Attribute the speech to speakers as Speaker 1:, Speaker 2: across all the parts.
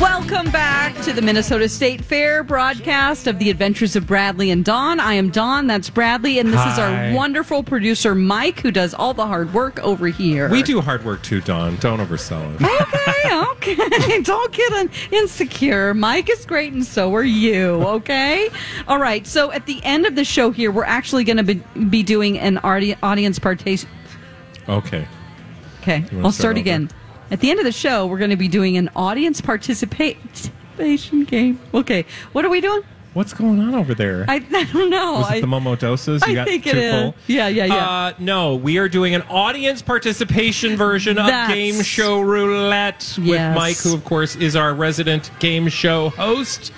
Speaker 1: Welcome back to the Minnesota State Fair broadcast of the Adventures of Bradley and Dawn. I am Dawn, that's Bradley, and this is
Speaker 2: Hi.
Speaker 1: our wonderful producer Mike, who does all the hard work over here.
Speaker 2: We do hard work too, Dawn. Don't oversell it.
Speaker 1: Okay, okay. Don't get un- insecure. Mike is great, and so are you. Okay. All right. So at the end of the show here, we're actually going to be, be doing an audi- audience participation.
Speaker 2: Okay.
Speaker 1: Okay,
Speaker 2: wanna
Speaker 1: I'll
Speaker 2: start
Speaker 1: start
Speaker 2: over?
Speaker 1: again. At the end of the show, we're going to be doing an audience participa- participation game. Okay, what are we doing?
Speaker 2: What's going on over there?
Speaker 1: I, I don't know.
Speaker 2: Was
Speaker 1: I-
Speaker 2: it the Momo Doses?
Speaker 1: I think it is. Yeah, yeah, yeah.
Speaker 2: Uh, no, we are doing an audience participation version
Speaker 1: That's-
Speaker 2: of Game Show Roulette
Speaker 1: Yes.
Speaker 2: with Mike, who, of course, is our resident game show host.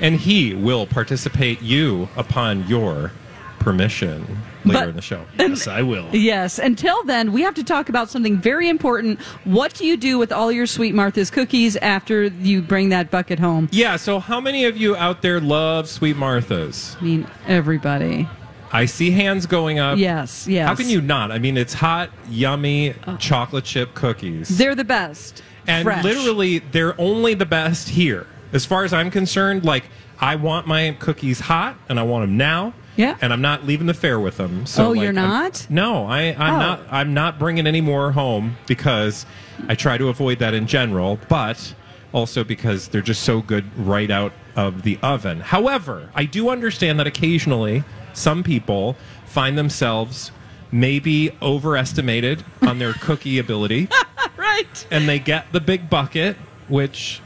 Speaker 2: And he will participate you upon your permission later
Speaker 1: But-
Speaker 2: in the show.
Speaker 3: Yes, I will.
Speaker 1: Yes. Until then, we have to talk about something very important. What do you do with all your sweet Martha's cookies after you bring that bucket home?
Speaker 2: Yeah, so how many of you out there love Sweet Martha's?
Speaker 1: I mean, everybody.
Speaker 2: I see hands going up.
Speaker 1: Yes, yes.
Speaker 2: How can you not? I mean, it's hot, yummy chocolate chip cookies.
Speaker 1: They're the best.
Speaker 2: and
Speaker 1: Fresh.
Speaker 2: literally, they're only the best here. As far as I'm concerned, like, I want my cookies hot and I want them now.
Speaker 1: Yeah.
Speaker 2: And I'm not leaving the fair with them. So
Speaker 1: Oh,
Speaker 2: like,
Speaker 1: you're
Speaker 2: I'm-
Speaker 1: not?
Speaker 2: no, I, I'm
Speaker 1: Oh.
Speaker 2: not. I'm not bringing any more home because I try to avoid that in general, but also because they're just so good right out of the oven. However, I do understand that occasionally some people find themselves maybe overestimated on their cookie ability,
Speaker 1: Right.
Speaker 2: and they get the big bucket, which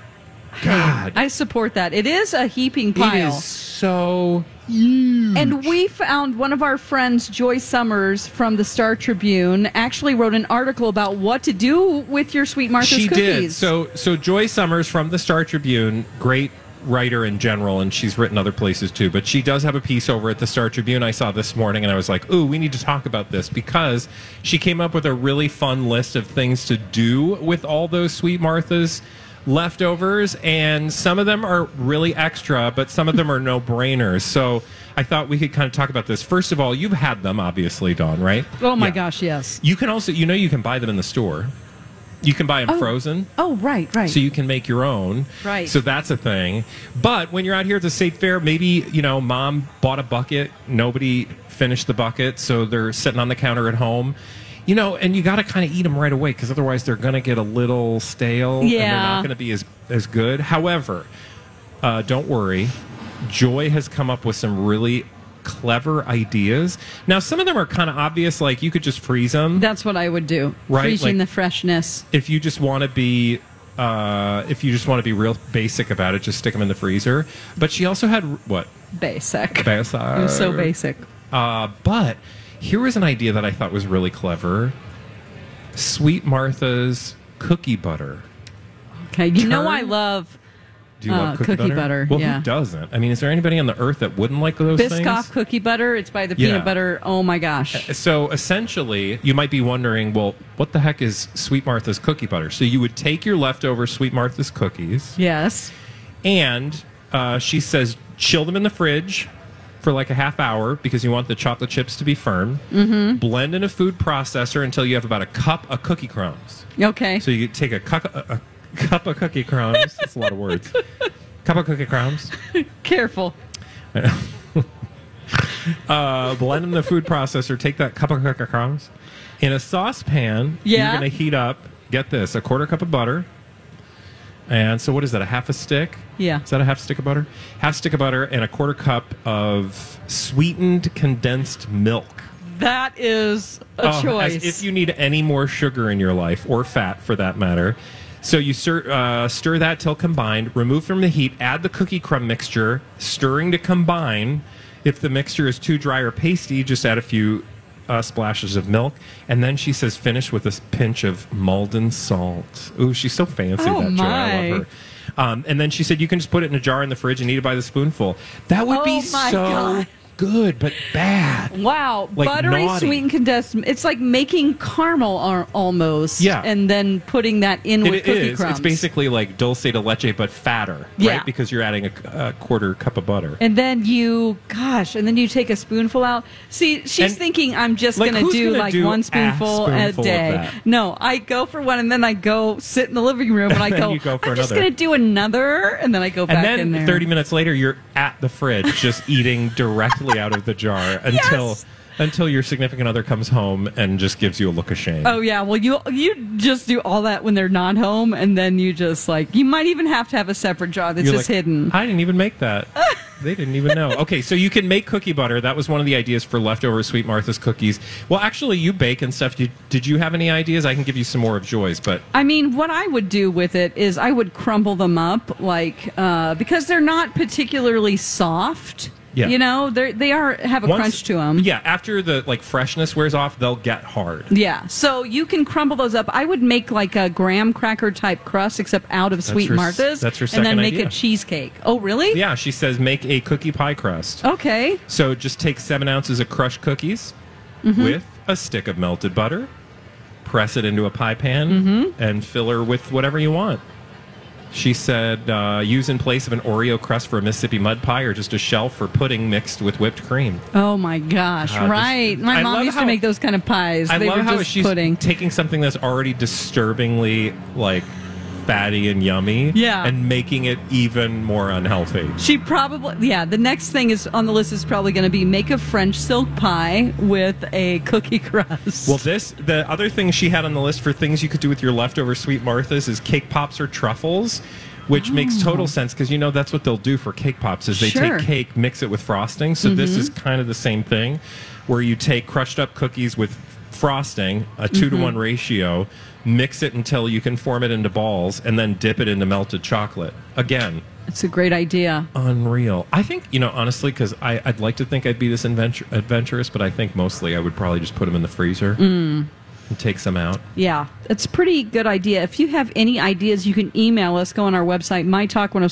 Speaker 2: God,
Speaker 1: I support that. It is a heaping
Speaker 2: it
Speaker 1: pile.
Speaker 2: is so
Speaker 1: And we found one of our friends, Joy Summers from the Star Tribune, actually wrote an article about what to do with your Sweet Martha's
Speaker 2: she
Speaker 1: cookies.
Speaker 2: did. So so Joy Summers from the Star Tribune, great writer in general, and she's written other places too. But she does have a piece over at the Star Tribune I saw this morning, and I was like, "Ooh, we need to talk about this," because she came up with a really fun list of things to do with all those Sweet Marthas leftovers and some of them are really extra but some of them are no-brainers so i thought we could kind of talk about this first of all you've had them obviously dawn right
Speaker 1: oh my
Speaker 2: Yeah.
Speaker 1: gosh, yes.
Speaker 2: you can also you know you can buy them in the store you can buy them frozen
Speaker 1: Oh, right, right.
Speaker 2: so you can make your own.
Speaker 1: Right.
Speaker 2: So that's a thing. But when you're out here at the state fair, maybe you know, mom bought a bucket, nobody finished the bucket, so they're sitting on the counter at home. You know, and you got to kind of eat them right away because otherwise they're going to get a little stale and they're
Speaker 1: Yeah.
Speaker 2: not going to be as as good. However, uh, don't worry. Joy has come up with some really clever ideas. Now, some of them are kind of obvious, like you could just freeze them
Speaker 1: That's what I would do.
Speaker 2: Right,
Speaker 1: Freezing the
Speaker 2: like-
Speaker 1: freshness.
Speaker 2: if you just want to be uh, if you just want to be real basic about it, just stick them in the freezer. But she also had what
Speaker 1: Basic.
Speaker 2: basic.
Speaker 1: It was so basic.
Speaker 2: Uh, but here was an idea that I thought was really clever: Sweet Martha's cookie butter.
Speaker 1: Okay. You know
Speaker 2: Turn-
Speaker 1: I love
Speaker 2: Do you
Speaker 1: Uh,
Speaker 2: love cookie,
Speaker 1: cookie butter,
Speaker 2: Well,
Speaker 1: yeah.
Speaker 2: who doesn't? I mean, is there anybody on the earth that wouldn't like those things?
Speaker 1: Biscoff cookie butter. It's by the peanut
Speaker 2: Yeah. Uh,
Speaker 1: butter. Oh my gosh.
Speaker 2: So essentially, you might be wondering, well, what the heck is Sweet Martha's cookie butter? So you would take your leftover Sweet Martha's cookies.
Speaker 1: Yes.
Speaker 2: And uh, she says, chill them in the fridge for like a half hour because you want the chocolate chips to be firm. Mm-hmm. Blend in a food processor until you have about a cup of cookie crumbs.
Speaker 1: Okay.
Speaker 2: So you take a, cup a a cup of cookie crumbs. That's a lot of words. cup of cookie crumbs.
Speaker 1: Careful.
Speaker 2: Uh, blend in the food processor. Take that cup of cookie crumbs in a saucepan.
Speaker 1: Yeah.
Speaker 2: You're going to heat up. Get this: a quarter cup of butter, And so, what is that? A half a stick?
Speaker 1: Yeah.
Speaker 2: Is that a half stick of butter? Half stick of butter and a quarter cup of sweetened condensed milk.
Speaker 1: That is a
Speaker 2: Oh,
Speaker 1: choice.
Speaker 2: as if you need any more sugar in your life, or fat for that matter. So you stir, uh, stir that till combined, remove from the heat, add the cookie crumb mixture, stirring to combine. If the mixture is too dry or pasty, just add a few uh, splashes of milk. And then she says, finish with a pinch of Malden salt. Ooh, she's so fancy,
Speaker 1: Oh,
Speaker 2: that Joy. I
Speaker 1: my.
Speaker 2: love her. Um, and then she said, you can just put it in a jar in the fridge and eat it by the spoonful. That would be
Speaker 1: Oh, my
Speaker 2: so
Speaker 1: God.
Speaker 2: good, but bad.
Speaker 1: Wow,
Speaker 2: Like
Speaker 1: buttery
Speaker 2: naughty.
Speaker 1: sweetened condensed. It's like making caramel ar- almost.
Speaker 2: Yeah.
Speaker 1: And then putting that in with
Speaker 2: It
Speaker 1: cookie
Speaker 2: is.
Speaker 1: crumbs.
Speaker 2: It's basically like dulce de leche, but fatter,
Speaker 1: Yeah.
Speaker 2: right? Because you're adding a, a quarter cup of butter.
Speaker 1: And then you, gosh, and then you take a spoonful out. See, she's
Speaker 2: And-
Speaker 1: thinking I'm just
Speaker 2: Like,
Speaker 1: going to
Speaker 2: who's
Speaker 1: do
Speaker 2: gonna
Speaker 1: like
Speaker 2: do
Speaker 1: one
Speaker 2: a
Speaker 1: spoonful a
Speaker 2: spoonful of
Speaker 1: day.
Speaker 2: that?
Speaker 1: No, I go for one and then I go sit in the living room and I
Speaker 2: then
Speaker 1: go,
Speaker 2: you go for
Speaker 1: I'm just
Speaker 2: another.
Speaker 1: going to do another. And then I go back
Speaker 2: And
Speaker 1: in there.
Speaker 2: then 30 minutes later, you're at the fridge just eating directly out of the jar until
Speaker 1: Yes.
Speaker 2: until your significant other comes home and just gives you a look of shame.
Speaker 1: Oh yeah, well you you just do all that when they're not home, and then you just like you might even have to have a separate jar that's
Speaker 2: You're
Speaker 1: just
Speaker 2: like,
Speaker 1: hidden.
Speaker 2: I didn't even make that. they didn't even know. Okay, so you can make cookie butter. That was one of the ideas for leftover Sweet Martha's cookies. Well, actually, you bake and stuff. Did, did you have any ideas? I can give you some more of Joy's, but
Speaker 1: I mean, what I would do with it is I would crumble them up, like uh, because they're not particularly soft.
Speaker 2: Yeah.
Speaker 1: You know, they they are have a
Speaker 2: once-
Speaker 1: crunch to them.
Speaker 2: Yeah, after the like freshness wears off, they'll get hard.
Speaker 1: Yeah. So you can crumble those up. I would make like a graham cracker type crust, except out of Sweet
Speaker 2: her s-
Speaker 1: Martha's.
Speaker 2: that's her
Speaker 1: And then
Speaker 2: second
Speaker 1: make
Speaker 2: idea.
Speaker 1: a cheesecake. Oh, really?
Speaker 2: Yeah, she says make a cookie pie crust.
Speaker 1: Okay.
Speaker 2: So just take seven ounces of crushed cookies
Speaker 1: Mm-hmm.
Speaker 2: with a stick of melted butter, press it into a pie pan,
Speaker 1: Mm-hmm.
Speaker 2: and fill her with whatever you want. She said uh, use in place of an Oreo crust for a Mississippi mud pie or just a shell for pudding mixed with whipped cream.
Speaker 1: Oh my gosh!
Speaker 2: God, this-
Speaker 1: right. My
Speaker 2: I
Speaker 1: mom
Speaker 2: love
Speaker 1: used
Speaker 2: how-
Speaker 1: to make those kind of pies.
Speaker 2: I
Speaker 1: they
Speaker 2: love
Speaker 1: were
Speaker 2: how
Speaker 1: just
Speaker 2: she's
Speaker 1: pudding.
Speaker 2: taking something that's already disturbingly like fatty and yummy
Speaker 1: Yeah.
Speaker 2: and making it even more unhealthy.
Speaker 1: She probably yeah. The next thing is on the list is probably going to be make a French silk pie with a cookie crust.
Speaker 2: Well, this the other thing she had on the list for things you could do with your leftover sweet Martha's is cake pops or truffles, which makes total sense because you know that's what they'll do for cake pops is they
Speaker 1: Sure.
Speaker 2: take cake, mix it with frosting. So this is kind of the same thing, where you take crushed up cookies with frosting, a 2 to one ratio, mix it until you can form it into balls, and then dip it into melted chocolate. Again,
Speaker 1: it's a great idea.
Speaker 2: uh, unreal. I think you know honestly because I'd like to think I'd be this adventure, adventurous, but I think mostly I would probably just put them in the freezer
Speaker 1: Mm.
Speaker 2: and take some out.
Speaker 1: Yeah, it's a pretty good idea. If you have any ideas, you can email us. Go on our website,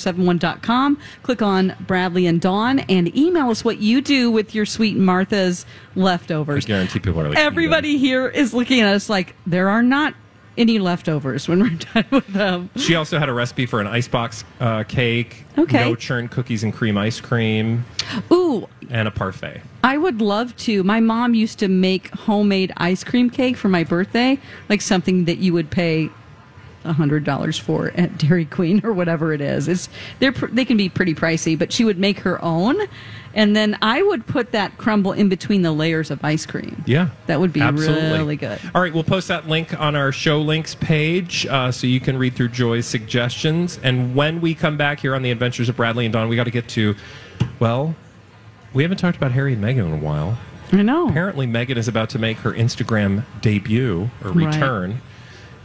Speaker 1: mytalk1071.com. Click on Bradley and Dawn and email us what you do with your sweet Martha's
Speaker 2: I
Speaker 1: leftovers.
Speaker 2: guarantee people are like
Speaker 1: Everybody here is looking at us like there are not any leftovers when we're done with them.
Speaker 2: She also had a recipe for an icebox uh, cake,
Speaker 1: Okay.
Speaker 2: no churn cookies and cream ice cream,
Speaker 1: Ooh,
Speaker 2: and a parfait.
Speaker 1: I would love to. My mom used to make homemade ice cream cake for my birthday, like something that you would pay hundred dollars for at Dairy Queen or whatever it is. It's they're pr- they can be pretty pricey, but she would make her own, and then I would put that crumble in between the layers of ice cream.
Speaker 2: Yeah.
Speaker 1: that would be
Speaker 2: Absolutely.
Speaker 1: really good.
Speaker 2: All right, we'll post that link on our show links page uh, so you can read through Joy's suggestions. And when we come back here on the Adventures of Bradley and Dawn, we got to get to, well, we haven't talked about Harry and Meghan in a while.
Speaker 1: I know.
Speaker 2: Apparently, Meghan is about to make her Instagram debut or
Speaker 1: Right.
Speaker 2: return.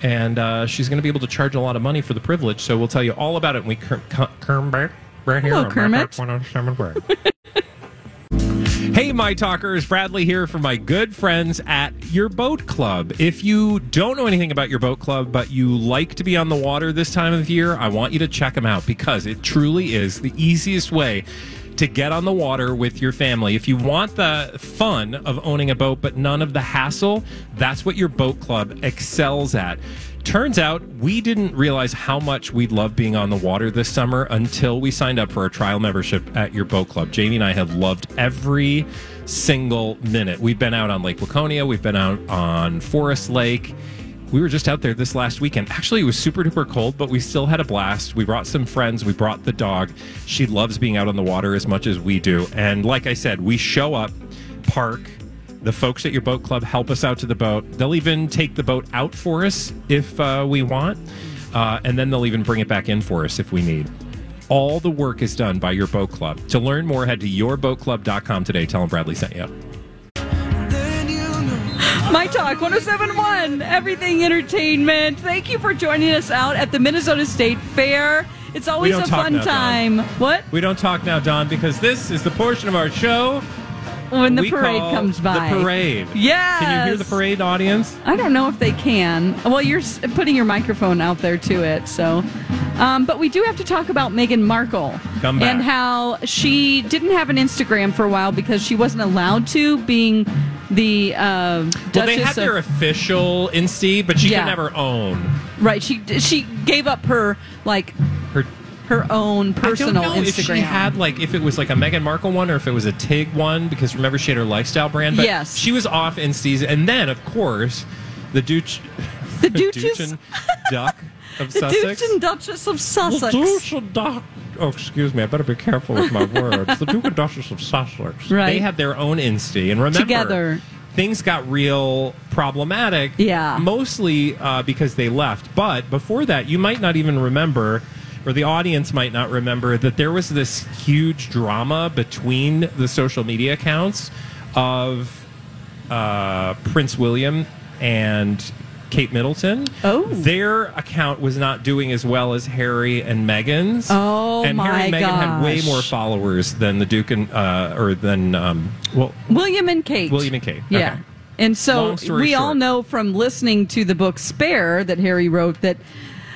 Speaker 2: And uh, she's going to be able to charge a lot of money for the privilege. So we'll tell you all about it when we cur- cu- Kermit. Right here
Speaker 1: Hello,
Speaker 2: on
Speaker 1: Kermit.
Speaker 2: Maverick 107 Word. Hey, my talkers, Bradley here from my good friends at Your Boat Club. If you don't know anything about Your Boat Club, but you like to be on the water this time of year, I want you to check them out because it truly is the easiest way to get on the water with your family. If you want the fun of owning a boat, but none of the hassle, that's what Your Boat Club excels at. Turns out we didn't realize how much we'd love being on the water this summer until we signed up for a trial membership at your boat club. Jamie and I have loved every single minute. We've been out on Lake Laconia, we've been out on Forest Lake. We were just out there this last weekend. Actually, it was super duper cold, but we still had a blast. We brought some friends, we brought the dog. She loves being out on the water as much as we do. And like I said, we show up, park, the folks at your boat club help us out to the boat. They'll even take the boat out for us if uh, we want. uh, and then they'll even bring it back in for us if we need. All the work is done by your boat club. To learn more, head to yourboatclub.com today. Tell them Bradley sent you.
Speaker 1: My Talk 1071, everything entertainment. Thank you for joining us out at the Minnesota State Fair. It's always
Speaker 2: don't
Speaker 1: a
Speaker 2: talk
Speaker 1: fun
Speaker 2: now, Dawn.
Speaker 1: time. What?
Speaker 2: We don't talk now, Don, because this is the portion of our show
Speaker 1: When the
Speaker 2: we
Speaker 1: parade
Speaker 2: call
Speaker 1: comes by.
Speaker 2: The parade.
Speaker 1: Yes.
Speaker 2: Can you hear the parade, audience?
Speaker 1: I don't know if they can. Well, you're s- putting your microphone out there to it, so. Um, but we do have to talk about Meghan Markle
Speaker 2: Come back.
Speaker 1: and how she didn't have an Instagram for a while because she wasn't allowed to, being the uh, Duchess
Speaker 2: Well, they have
Speaker 1: of
Speaker 2: their official Insti, but she
Speaker 1: Yeah.
Speaker 2: can have her own.
Speaker 1: right. She she gave up her like
Speaker 2: Her
Speaker 1: her own personal
Speaker 2: I don't know
Speaker 1: Instagram.
Speaker 2: if she had like if it was like a Meghan Markle one or if it was a Tig one because remember she had her lifestyle brand. But
Speaker 1: Yes.
Speaker 2: she was off in season, and then of course the Duch,
Speaker 1: the Duchess,
Speaker 2: Duchin Duck of
Speaker 1: the
Speaker 2: Sussex.
Speaker 1: Duke and Duchess of
Speaker 2: The
Speaker 1: Sussex.
Speaker 2: Duch and Duck. Oh, excuse me. I better be careful with my words. The Duke and Duchess of Sussex.
Speaker 1: Right.
Speaker 2: They had their own insti, and remember,
Speaker 1: Together.
Speaker 2: things got real problematic.
Speaker 1: Yeah.
Speaker 2: Mostly uh, because they left. But before that, you might not even remember, or the audience might not remember, that there was this huge drama between the social media accounts of uh, Prince William and Kate Middleton.
Speaker 1: Oh.
Speaker 2: Their account was not doing as well as Harry and Meghan's.
Speaker 1: Oh,
Speaker 2: And Harry and
Speaker 1: my
Speaker 2: Meghan had way
Speaker 1: gosh.
Speaker 2: more followers than the Duke and, uh, or than, um, well,
Speaker 1: William and Kate.
Speaker 2: William and Kate.
Speaker 1: Yeah.
Speaker 2: Okay.
Speaker 1: And so
Speaker 2: Long story
Speaker 1: we all
Speaker 2: short.
Speaker 1: know from listening to the book Spare that Harry wrote that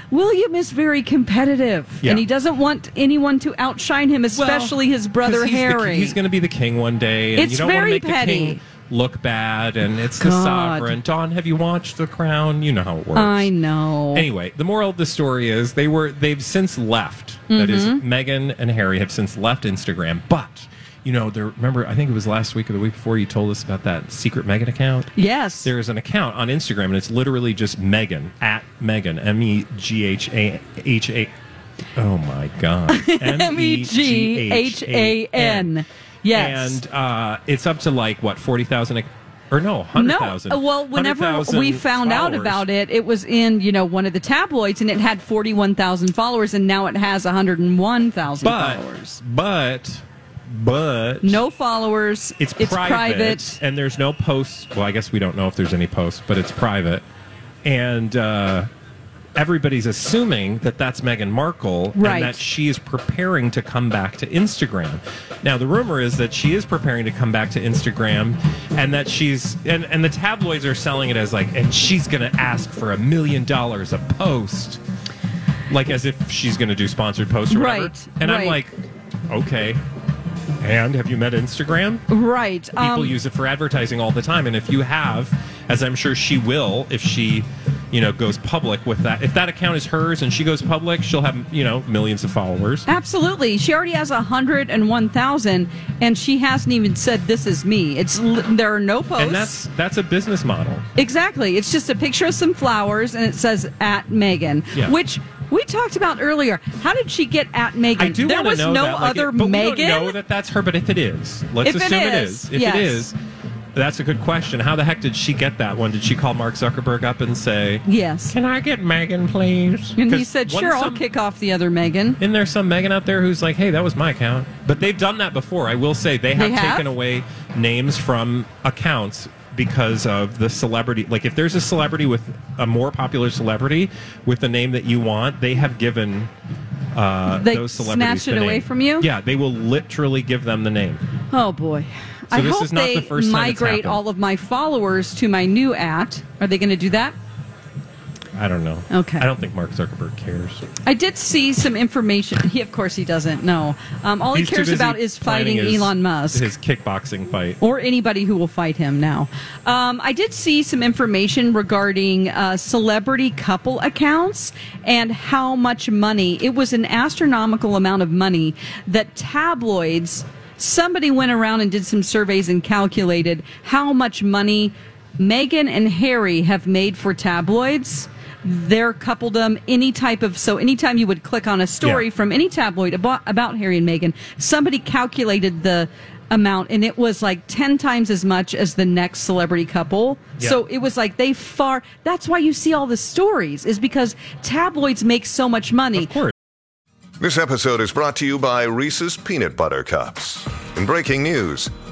Speaker 1: William is very competitive
Speaker 2: Yeah.
Speaker 1: and he doesn't want anyone to outshine him, especially his brother
Speaker 2: 'cause he's the-
Speaker 1: Harry.
Speaker 2: he's going to be the king one day, and
Speaker 1: It's
Speaker 2: you don't want to
Speaker 1: very
Speaker 2: make
Speaker 1: petty.
Speaker 2: the king look bad, and it's the
Speaker 1: God.
Speaker 2: sovereign. Don, have you watched The Crown? You know how it works.
Speaker 1: I know.
Speaker 2: Anyway, the moral of the story is they were they've since left. That is,
Speaker 1: Mm-hmm.
Speaker 2: Meghan and Harry have since left Instagram, but. You know, there. Remember, I think it was last week or the week before. You told us about that secret Meghan account.
Speaker 1: Yes.
Speaker 2: There is an account on Instagram, and it's literally just Megan at Megan M E G H A H A. Oh my god!
Speaker 1: M E G H A
Speaker 2: E
Speaker 1: N. Yes.
Speaker 2: And uh, it's up to like what forty thousand, or no, hundred
Speaker 1: No,
Speaker 2: thousand.
Speaker 1: uh, well, whenever we found out about it, it was in you know one of the tabloids, and it had forty-one thousand followers, and now it has one hundred and one thousand
Speaker 2: but
Speaker 1: followers.
Speaker 2: but but
Speaker 1: No followers.
Speaker 2: it's, private, and there's no posts. Well, I guess we don't know if there's any posts, but it's private, and uh, everybody's assuming that that's Meghan Markle
Speaker 1: Right.
Speaker 2: and that she is preparing to come back to Instagram. Now, the rumor is that she is preparing to come back to Instagram, and that she's and and the tabloids are selling it as like, and she's going to ask for a million dollars a post, like as if she's going to do sponsored posts or whatever.
Speaker 1: Right,
Speaker 2: And
Speaker 1: right.
Speaker 2: I'm like, okay. And have you met Instagram?
Speaker 1: Right.
Speaker 2: people
Speaker 1: um,
Speaker 2: use it for advertising all the time and if you have as i'm sure she will if she you know goes public with that if that account is hers and she goes public she'll have you know millions of followers
Speaker 1: Absolutely. She already has 101,000 and she hasn't even said this is me. It's li- there are no posts.
Speaker 2: and that's that's a business model
Speaker 1: exactly. It's just a picture of some flowers and it says at Megan,
Speaker 2: Yeah.
Speaker 1: which we talked about earlier. How did she get at Megan?
Speaker 2: i do
Speaker 1: there
Speaker 2: wanna
Speaker 1: was
Speaker 2: know
Speaker 1: no
Speaker 2: that, like,
Speaker 1: other
Speaker 2: it- but
Speaker 1: Megan.
Speaker 2: we don't know that that's her but if it is let's
Speaker 1: If it
Speaker 2: assume
Speaker 1: is,
Speaker 2: if
Speaker 1: yes.
Speaker 2: it is that's a good question how the heck did she get that one did she call mark zuckerberg up and say
Speaker 1: yes.
Speaker 2: can i get megan please
Speaker 1: And he
Speaker 2: 'Cause
Speaker 1: said,
Speaker 2: once
Speaker 1: "Sure, I'll
Speaker 2: some-
Speaker 1: kick off the other Megan."
Speaker 2: Isn't there some Megan out there who's like, hey, that was my account? But they've done that before. I will say they have,
Speaker 1: They have?
Speaker 2: taken away names from accounts because of the celebrity. Like, if there's a celebrity with a more popular celebrity with the name that you want, they have given uh,
Speaker 1: They
Speaker 2: those celebrities
Speaker 1: snatched it
Speaker 2: the
Speaker 1: away
Speaker 2: name.
Speaker 1: from you?
Speaker 2: Yeah, they will literally give them the name.
Speaker 1: Oh boy. I
Speaker 2: this
Speaker 1: hope
Speaker 2: is not
Speaker 1: they
Speaker 2: the first time it's
Speaker 1: migrate
Speaker 2: happened.
Speaker 1: all of my followers to my new at. Are they going to do that?
Speaker 2: I don't know.
Speaker 1: Okay.
Speaker 2: I don't think Mark Zuckerberg cares.
Speaker 1: I did see some information. He, of course, he doesn't. No, um, all
Speaker 2: He's
Speaker 1: he
Speaker 2: too
Speaker 1: cares
Speaker 2: busy
Speaker 1: about is fighting
Speaker 2: planning his-
Speaker 1: Elon Musk
Speaker 2: His kickboxing fight.
Speaker 1: or anybody who will fight him now. Um, I did see some information regarding uh, celebrity couple accounts and how much money. It was an astronomical amount of money that tabloids. Somebody went around and did some surveys and calculated how much money Meghan and Harry have made for tabloids. Their coupledom, any type of so, anytime you would click on a story
Speaker 2: Yeah.
Speaker 1: from any tabloid about, about Harry and Meghan, somebody calculated the amount and it was like 10 times as much as the next celebrity couple
Speaker 2: Yeah.
Speaker 1: so it was like they far that's why you see all the stories is because tabloids make so much money
Speaker 2: Of course.
Speaker 3: This episode is brought to you by Reese's Peanut Butter Cups. In breaking news,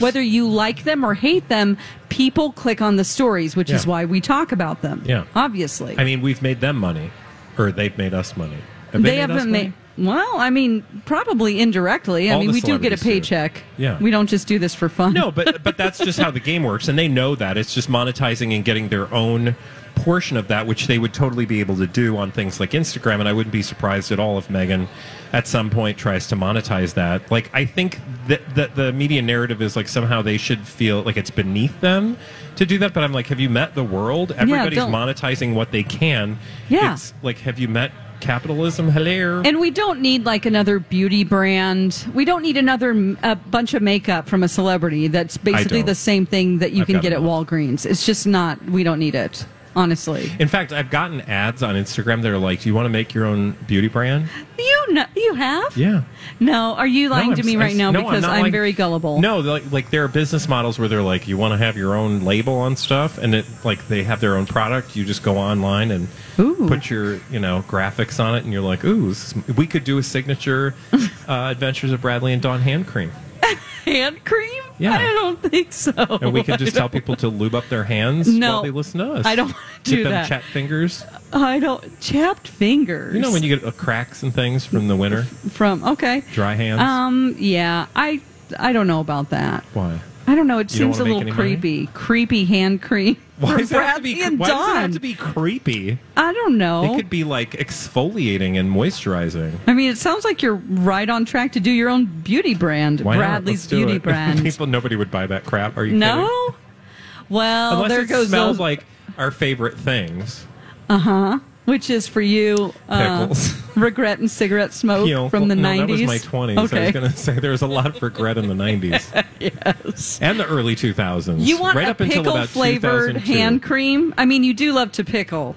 Speaker 1: whether you like them or hate them people click on the stories which is
Speaker 2: Yeah.
Speaker 1: why we talk about them
Speaker 2: Yeah.
Speaker 1: obviously
Speaker 2: I mean, we've made them money, or they've made us money. Have
Speaker 1: they,
Speaker 2: made us
Speaker 1: haven't
Speaker 2: money?
Speaker 1: made well i mean probably indirectly i
Speaker 2: All
Speaker 1: mean
Speaker 2: the
Speaker 1: we do get a
Speaker 2: celebrities do.
Speaker 1: paycheck
Speaker 2: Yeah.
Speaker 1: we don't just do this for fun
Speaker 2: No, but but that's just how the game works, and they know that. It's just monetizing and getting their own portion of that, which they would totally be able to do on things like Instagram. And I wouldn't be surprised at all if Megan, at some point, tries to monetize that. Like I think that the, the media narrative is like somehow they should feel like it's beneath them to do that. But I'm like, have you met the world? Everybody's
Speaker 1: don't-
Speaker 2: monetizing what they can.
Speaker 1: Yeah.
Speaker 2: It's like, have you met capitalism? Hello.
Speaker 1: And we don't need like another beauty brand. We don't need another a bunch of makeup from a celebrity that's basically
Speaker 2: don't.
Speaker 1: the same thing that you
Speaker 2: I've
Speaker 1: can
Speaker 2: got
Speaker 1: get at
Speaker 2: enough.
Speaker 1: Walgreens. It's just not, we don't need it, honestly.
Speaker 2: in fact, I've gotten ads on Instagram that are like, "Do you want to make your own beauty brand?"
Speaker 1: You know, you have?
Speaker 2: Yeah.
Speaker 1: No, are you lying
Speaker 2: No,
Speaker 1: to
Speaker 2: I'm
Speaker 1: me
Speaker 2: s-
Speaker 1: right
Speaker 2: I'm s-
Speaker 1: now
Speaker 2: no,
Speaker 1: because
Speaker 2: not
Speaker 1: I'm,
Speaker 2: lying.
Speaker 1: very gullible?
Speaker 2: No, like like there are business models where they're like, you want to have your own label on stuff, and it like they have their own product. You just go online and
Speaker 1: Ooh.
Speaker 2: put your you know graphics on it, and you're like, ooh, this is, we could do a signature uh, Adventures of Bradley and Dawn hand cream,
Speaker 1: Hand cream?
Speaker 2: Yeah.
Speaker 1: I don't think so.
Speaker 2: and we could just tell people to lube up their hands
Speaker 1: No.
Speaker 2: while they listen to us.
Speaker 1: I don't wanna do
Speaker 2: Get them
Speaker 1: that.
Speaker 2: chat fingers.
Speaker 1: I don't. Chapped fingers.
Speaker 2: You know when you get uh, cracks and things from the winter,
Speaker 1: From, okay.
Speaker 2: dry hands.
Speaker 1: Um, yeah. I, I don't know about that.
Speaker 2: Why?
Speaker 1: I don't know. It
Speaker 2: You don't
Speaker 1: seems a
Speaker 2: wanna make
Speaker 1: little
Speaker 2: any money?
Speaker 1: creepy. Creepy hand cream.
Speaker 2: Why
Speaker 1: for
Speaker 2: does, it have, to be,
Speaker 1: Bradley and
Speaker 2: why does it
Speaker 1: Dawn.
Speaker 2: have to be creepy?
Speaker 1: I don't know.
Speaker 2: It could be like exfoliating and moisturizing.
Speaker 1: I mean, it sounds like you're right on track to do your own beauty brand,
Speaker 2: Why not?
Speaker 1: Bradley's
Speaker 2: Let's do
Speaker 1: beauty
Speaker 2: it.
Speaker 1: brand.
Speaker 2: People, nobody would buy that crap. Are you
Speaker 1: no.
Speaker 2: kidding?
Speaker 1: Well,
Speaker 2: Unless
Speaker 1: there
Speaker 2: it
Speaker 1: goes
Speaker 2: smells
Speaker 1: those,
Speaker 2: like our favorite things.
Speaker 1: which is for you. Uh,
Speaker 2: Pickles.
Speaker 1: regret and cigarette smoke
Speaker 2: You know,
Speaker 1: Oh, from the
Speaker 2: no,
Speaker 1: 90s.
Speaker 2: That was my 20s. I
Speaker 1: Okay.
Speaker 2: was going to say there was a lot of regret in the 90s. yes. And the early 2000s.
Speaker 1: you want
Speaker 2: right
Speaker 1: a
Speaker 2: up until
Speaker 1: pickle
Speaker 2: about
Speaker 1: flavored
Speaker 2: 2002. Mm-hmm.
Speaker 1: hand cream? I mean, you do love to pickle.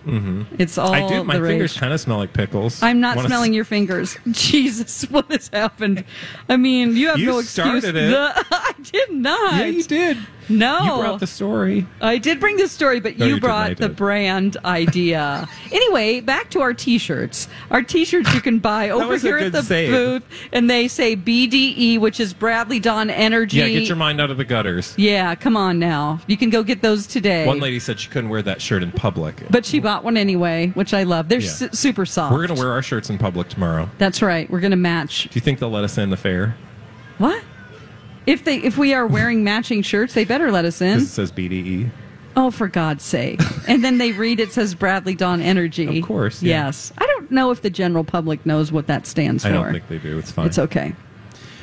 Speaker 1: It's all
Speaker 2: I do. My
Speaker 1: the rage.
Speaker 2: fingers kind of smell like pickles.
Speaker 1: I'm not
Speaker 2: Wanna
Speaker 1: smelling your fingers. Jesus, what has happened? I mean, you have
Speaker 2: You
Speaker 1: no excuse.
Speaker 2: started it.
Speaker 1: The- I did not.
Speaker 2: Yeah, you did.
Speaker 1: No.
Speaker 2: You brought the story.
Speaker 1: I did bring this story, but
Speaker 2: No,
Speaker 1: you,
Speaker 2: you didn't. I
Speaker 1: brought the
Speaker 2: did.
Speaker 1: brand idea. anyway, back to our T-shirts. Our T-shirts you can buy over
Speaker 2: was a
Speaker 1: here at
Speaker 2: good
Speaker 1: the
Speaker 2: save.
Speaker 1: booth, and they say BDE, which is Bradley Don Energy.
Speaker 2: Yeah, get your mind out of the gutters.
Speaker 1: Yeah, come on now. You can go get those today.
Speaker 2: One lady said she couldn't wear that shirt in public.
Speaker 1: but she bought one anyway, which I love. They're
Speaker 2: Yeah.
Speaker 1: su- super soft.
Speaker 2: We're going to wear our shirts in public tomorrow.
Speaker 1: That's right. We're gonna match.
Speaker 2: Do you think they'll let us in the fair?
Speaker 1: What? If they if we are wearing matching shirts, they better let us in.
Speaker 2: Because it says E. BDE.
Speaker 1: Oh, for God's sake. And then they read it says Bradley Dawn Energy.
Speaker 2: Of course, yeah.
Speaker 1: Yes. I don't know if the general public knows what that stands
Speaker 2: I
Speaker 1: for.
Speaker 2: don't think they do. It's fine.
Speaker 1: It's okay.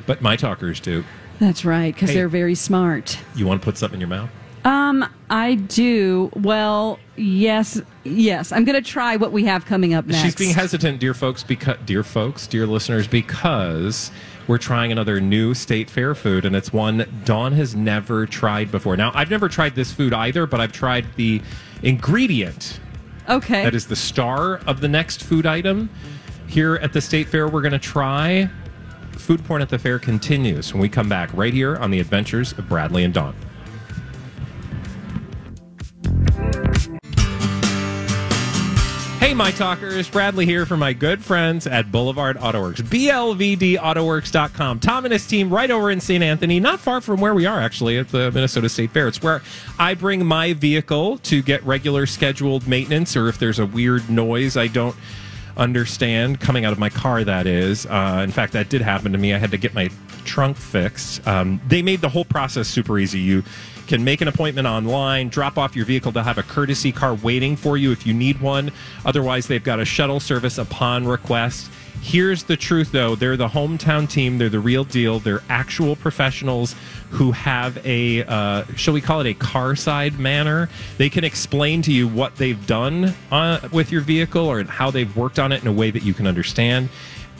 Speaker 2: But my talkers do.
Speaker 1: That's right, because
Speaker 2: Hey.
Speaker 1: they're very smart.
Speaker 2: You want to put something in your mouth?
Speaker 1: Um, I do. Well, yes, yes. I'm going to try what we have coming up next.
Speaker 2: She's being hesitant, dear folks, because dear folks, dear listeners, because we're trying another new state fair food, and it's one Dawn has never tried before. Now, I've never tried this food either, but I've tried the ingredient
Speaker 1: okay.
Speaker 2: that is the star of the next food item. Here at the state fair, we're going to try food porn at the fair continues when we come back right here on the adventures of Bradley and Dawn. Hey, Hey, my talkers. Bradley here for my good friends at Boulevard Autoworks, blvdautoworks.com. Tom and his team right over in St. Anthony, not far from where we are actually at the Minnesota State Fair. It's where I bring my vehicle to get regular scheduled maintenance or if there's a weird noise I don't understand coming out of my car that is uh, in fact that did happen to me i had to get my trunk fixed um, they made the whole process super easy you can make an appointment online drop off your vehicle they'll have a courtesy car waiting for you if you need one otherwise they've got a shuttle service upon request here's the truth though they're the hometown team they're the real deal they're actual professionals who have a uh, shall we call it a car side manner they can explain to you what they've done uh, with your vehicle or how they've worked on it in a way that you can understand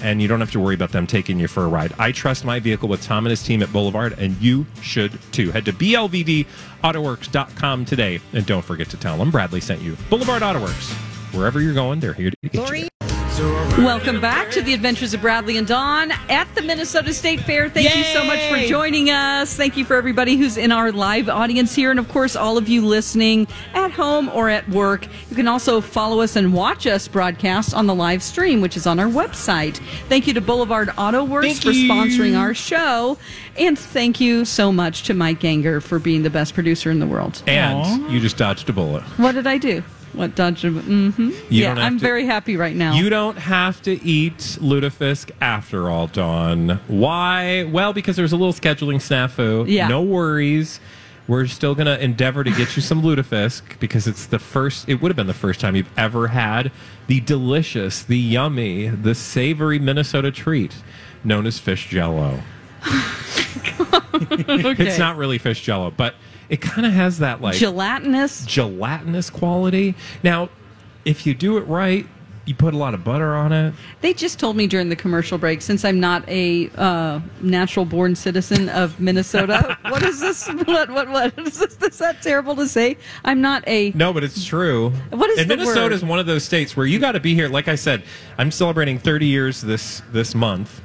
Speaker 2: and you don't have to worry about them taking you for a ride. I trust my vehicle with Tom and his team at Boulevard, and you should too. Head to blvdautoworks.com today, and don't forget to tell them Bradley sent you. Boulevard Autoworks, wherever you're going, they're here to get you.
Speaker 1: Welcome back to the Adventures of Bradley and Dawn at the Minnesota State Fair. Thank you so much for joining us. Thank you for everybody who's in our live audience here, and of course, all of you listening at home or at work. You can also follow us and watch us broadcast on the live stream, which is on our website. Thank you to Boulevard Auto Works for sponsoring our show, and thank you so much to Mike Ganger for being the best producer in the world.
Speaker 2: And you just dodged a bullet.
Speaker 1: What did I do? What dodge? Mm-hmm. Yeah,
Speaker 2: don't have
Speaker 1: I'm
Speaker 2: to-
Speaker 1: very happy right now.
Speaker 2: You don't have to eat lutefisk after all, Dawn. Why? Well, because there was a little scheduling snafu.
Speaker 1: Yeah.
Speaker 2: No worries. We're still going to endeavor to get you some lutefisk because it's the first, it would have been the first time you've ever had the delicious, the yummy, the savory Minnesota treat known as fish jello. It's not really fish jello, but it kind of has that like
Speaker 1: gelatinous.
Speaker 2: gelatinous quality. Now, if you do it right, you put a lot of butter on it.
Speaker 1: They just told me during the commercial break, since I'm not a uh, natural born citizen of Minnesota, what is this? What, what, what is this? Is that terrible to say? I'm not a.
Speaker 2: No, but it's true.
Speaker 1: What is
Speaker 2: and
Speaker 1: the
Speaker 2: Minnesota
Speaker 1: word?
Speaker 2: is one of those states where you got to be here. Like I said, I'm celebrating 30 years this this month.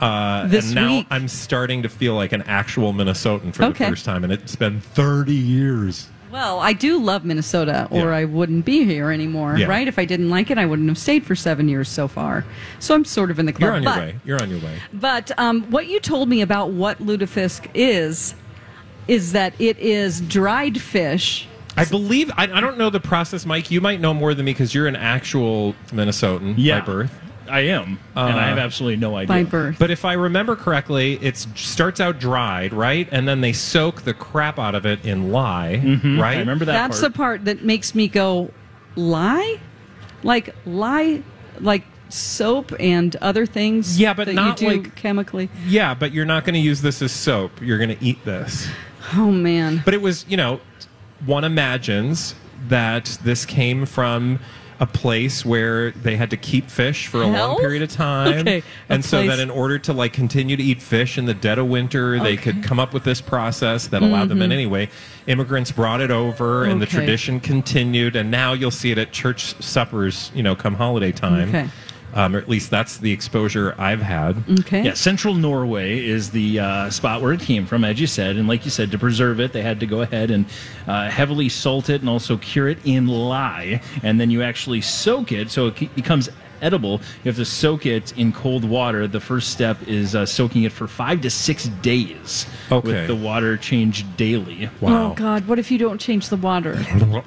Speaker 2: Uh,
Speaker 1: This
Speaker 2: and now
Speaker 1: week.
Speaker 2: I'm starting to feel like an actual Minnesotan for
Speaker 1: Okay.
Speaker 2: the first time, and it's been 30 years.
Speaker 1: Well, I do love Minnesota, or
Speaker 2: Yeah.
Speaker 1: I wouldn't be here anymore,
Speaker 2: Yeah.
Speaker 1: right? If I didn't like it, I wouldn't have stayed for seven years so far. So I'm sort of in the club.
Speaker 2: You're on your
Speaker 1: but,
Speaker 2: way. You're on your way.
Speaker 1: But um, what you told me about what lutefisk is, is that it is dried fish.
Speaker 2: I believe I, I don't know the process, Mike. You might know more than me because you're an actual Minnesotan
Speaker 4: Yeah.
Speaker 2: by birth. Uh,
Speaker 4: I am, and I have absolutely no idea.
Speaker 1: By birth.
Speaker 2: But if I remember correctly, it starts out dried, right? And then they soak the crap out of it in lye, right?
Speaker 4: Mm-hmm. I remember that
Speaker 1: That's
Speaker 4: part.
Speaker 1: the part that makes me go, lie? Like, lie, like soap and other things
Speaker 2: Yeah, but
Speaker 1: that
Speaker 2: not
Speaker 1: you do
Speaker 2: like-
Speaker 1: chemically.
Speaker 2: Yeah, but you're not going to use this as soap. You're going to eat this.
Speaker 1: Oh, man.
Speaker 2: But it was, you know, one imagines that this came from a place where they had to keep fish for a
Speaker 1: Hell?
Speaker 2: long period of time.
Speaker 1: Okay, a
Speaker 2: And so
Speaker 1: place-
Speaker 2: that in order to like continue to eat fish in the dead of winter, they could come up with this process that allowed them in anyway. Immigrants brought it over and the
Speaker 1: Mm-hmm. Okay.
Speaker 2: tradition continued and now you'll see it at church suppers, you know, come holiday time.
Speaker 1: Okay.
Speaker 2: Um, or at least that's the exposure I've had.
Speaker 1: Okay.
Speaker 4: Yeah, central Norway is the uh, spot where it came from, as you said. And like you said, to preserve it, they had to go ahead and uh, heavily salt it and also cure it in lye. And then you actually soak it so it c- becomes edible. You have to soak it in cold water. The first step is uh, soaking it for five to six days
Speaker 2: Okay.
Speaker 4: with the water changed daily.
Speaker 1: Oh, God. What if you don't change the water?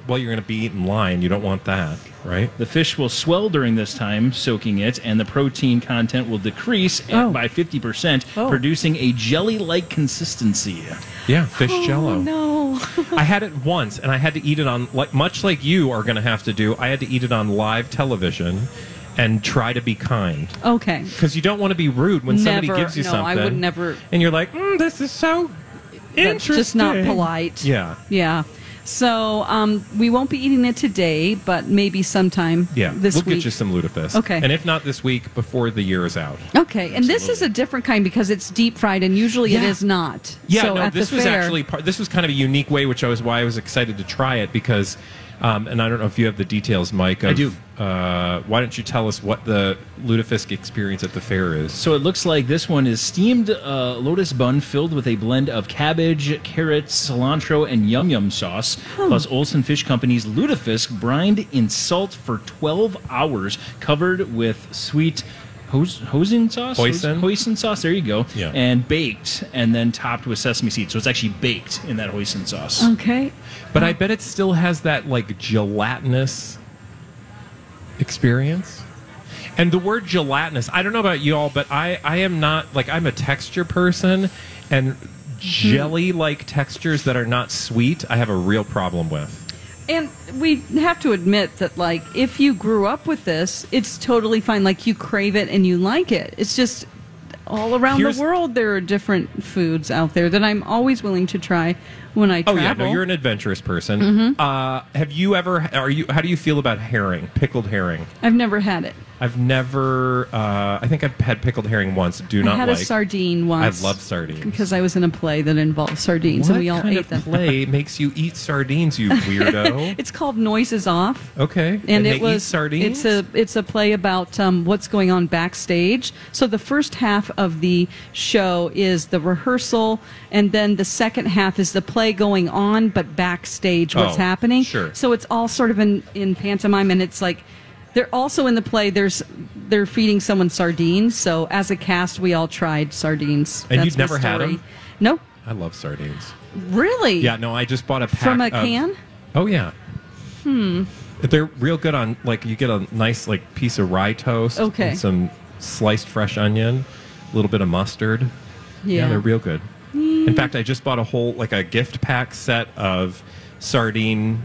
Speaker 2: Well, you're going to be eating lion. You don't want that, right?
Speaker 4: The fish will swell during this time, soaking it, and the protein content will decrease
Speaker 1: Oh.
Speaker 4: by 50%,
Speaker 1: Oh.
Speaker 4: producing a jelly like consistency.
Speaker 2: Yeah, fish
Speaker 1: Oh,
Speaker 2: jello.
Speaker 1: No.
Speaker 2: I had it once, and I had to eat it on like much like you are going to have to do. I had to eat it on live television, and try to be kind
Speaker 1: Okay.
Speaker 2: because you don't want to be rude when somebody
Speaker 1: Never.
Speaker 2: gives you
Speaker 1: No, I
Speaker 2: something.
Speaker 1: would never-
Speaker 2: And you're like, mm, this is so
Speaker 1: That's
Speaker 2: interesting.
Speaker 1: just not polite.
Speaker 2: Yeah.
Speaker 1: Yeah. So um, we won't be eating it today, but maybe sometime
Speaker 2: Yeah,
Speaker 1: this
Speaker 2: we'll
Speaker 1: week.
Speaker 2: get you some lutefisk.
Speaker 1: Okay.
Speaker 2: and if not this week, before the year is out.
Speaker 1: Okay, and this is a different kind because it's deep fried, and usually it is not.
Speaker 2: Yeah,
Speaker 1: so
Speaker 2: no,
Speaker 1: at
Speaker 2: this
Speaker 1: the
Speaker 2: was
Speaker 1: fair,
Speaker 2: actually part. This was kind of a unique way, which I was why I was excited to try it because Um, and I don't know if you have the details, Mike. Of,
Speaker 4: I do.
Speaker 2: Uh, why don't you tell us what the lutefisk experience at the fair is?
Speaker 4: So it looks like this one is steamed uh, lotus bun filled with a blend of cabbage, carrots, cilantro, and yum yum sauce,
Speaker 1: Hmm.
Speaker 4: plus Olson Fish Company's lutefisk brined in salt for 12 hours, covered with sweet. hos- Hoisin sauce,
Speaker 2: Hoisin.
Speaker 4: hoisin sauce. There you go,
Speaker 2: Yeah.
Speaker 4: and baked, and then topped with sesame seeds. So it's actually baked in that hoisin sauce.
Speaker 1: Okay.
Speaker 2: But I bet it still has that like gelatinous experience. And the word gelatinous, I don't know about you all, but I, I am not like I'm a texture person
Speaker 4: Hmm.
Speaker 2: and jelly like textures that are not sweet, I have a real problem with.
Speaker 1: And we have to admit that, like, if you grew up with this, it's totally fine. Like, you crave it and you like it. It's just all around
Speaker 2: Here's-
Speaker 1: the world, there are different foods out there that I'm always willing to try when I
Speaker 2: Oh
Speaker 1: travel. Mm-hmm.
Speaker 2: yeah, no, you're an adventurous person. Uh, have you ever are you how do you feel about herring, pickled herring?
Speaker 1: I've never had it.
Speaker 2: I've never uh, I think I've had pickled herring once, do not
Speaker 1: I had
Speaker 2: like
Speaker 1: a sardine once.
Speaker 2: I love sardines.
Speaker 1: because I was in a play that involved sardines,
Speaker 2: what
Speaker 1: and we all
Speaker 2: kind
Speaker 1: ate
Speaker 2: of
Speaker 1: them.
Speaker 2: play makes you eat sardines, you weirdo?
Speaker 1: It's called Noises Off.
Speaker 2: okay,
Speaker 1: and,
Speaker 2: they
Speaker 1: it
Speaker 2: eat
Speaker 1: was
Speaker 2: sardines.
Speaker 1: It's a it's a play about um, what's going on backstage. So the first half of the show is the rehearsal, and then the second half is the play going on, but backstage what's
Speaker 2: Oh,
Speaker 1: happening.
Speaker 2: sure.
Speaker 1: So it's all sort of in in pantomime, and it's like. They're also in the play. There's they're feeding someone sardines. So as a cast, we all tried sardines.
Speaker 2: And
Speaker 1: That's
Speaker 2: you'd
Speaker 1: the
Speaker 2: never had
Speaker 1: story.
Speaker 2: 'em?
Speaker 1: No,
Speaker 2: I love sardines.
Speaker 1: really.
Speaker 2: Yeah, no, I just bought a pack
Speaker 1: From a
Speaker 2: of-
Speaker 1: can?
Speaker 2: Oh yeah. Hmm. They're real good on like you get a nice like piece of rye toast.
Speaker 1: Okay.
Speaker 2: And some sliced fresh onion, a little bit of mustard.
Speaker 1: Yeah.
Speaker 2: they're real good. In fact, I just bought a whole like a gift pack set of sardine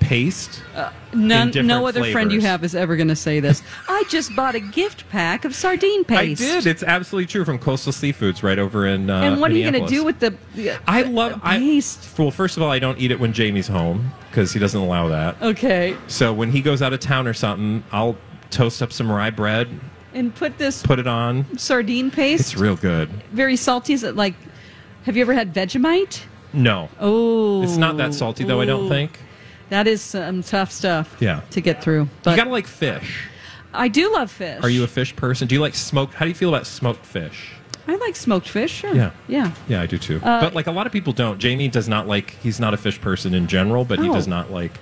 Speaker 2: paste.
Speaker 1: None,
Speaker 2: different
Speaker 1: no other friend you
Speaker 2: flavors.
Speaker 1: have is ever going to say this. I just bought a gift pack of sardine
Speaker 2: I
Speaker 1: paste.
Speaker 2: did. It's absolutely true from Coastal Seafoods right over in. Uh,
Speaker 1: And what are you going to
Speaker 2: Minneapolis.
Speaker 1: do with the? the-
Speaker 2: I love I,
Speaker 1: paste.
Speaker 2: Well, first of all, I don't eat it when Jamie's home because he doesn't allow that.
Speaker 1: okay,
Speaker 2: So when he goes out of town or something, I'll toast up some rye bread,
Speaker 1: and put this
Speaker 2: put it on.
Speaker 1: sardine paste.
Speaker 2: It's real good.
Speaker 1: very salty. Is it like? Have you ever had Vegemite?
Speaker 2: No,
Speaker 1: Oh,
Speaker 2: it's not that salty though. I don't
Speaker 1: Ooh.
Speaker 2: think.
Speaker 1: That is some tough stuff.
Speaker 2: Yeah.
Speaker 1: to get through. But
Speaker 2: you gotta like fish.
Speaker 1: I do love fish.
Speaker 2: Are you a fish person? Do you like smoked? How do you feel about smoked fish?
Speaker 1: I like smoked fish. Sure.
Speaker 2: Yeah.
Speaker 1: Yeah. Uh,
Speaker 2: Yeah, I do too. but like a lot of people don't. Jamie does not like. He's not a fish person in general, but he
Speaker 1: Oh.
Speaker 2: does not like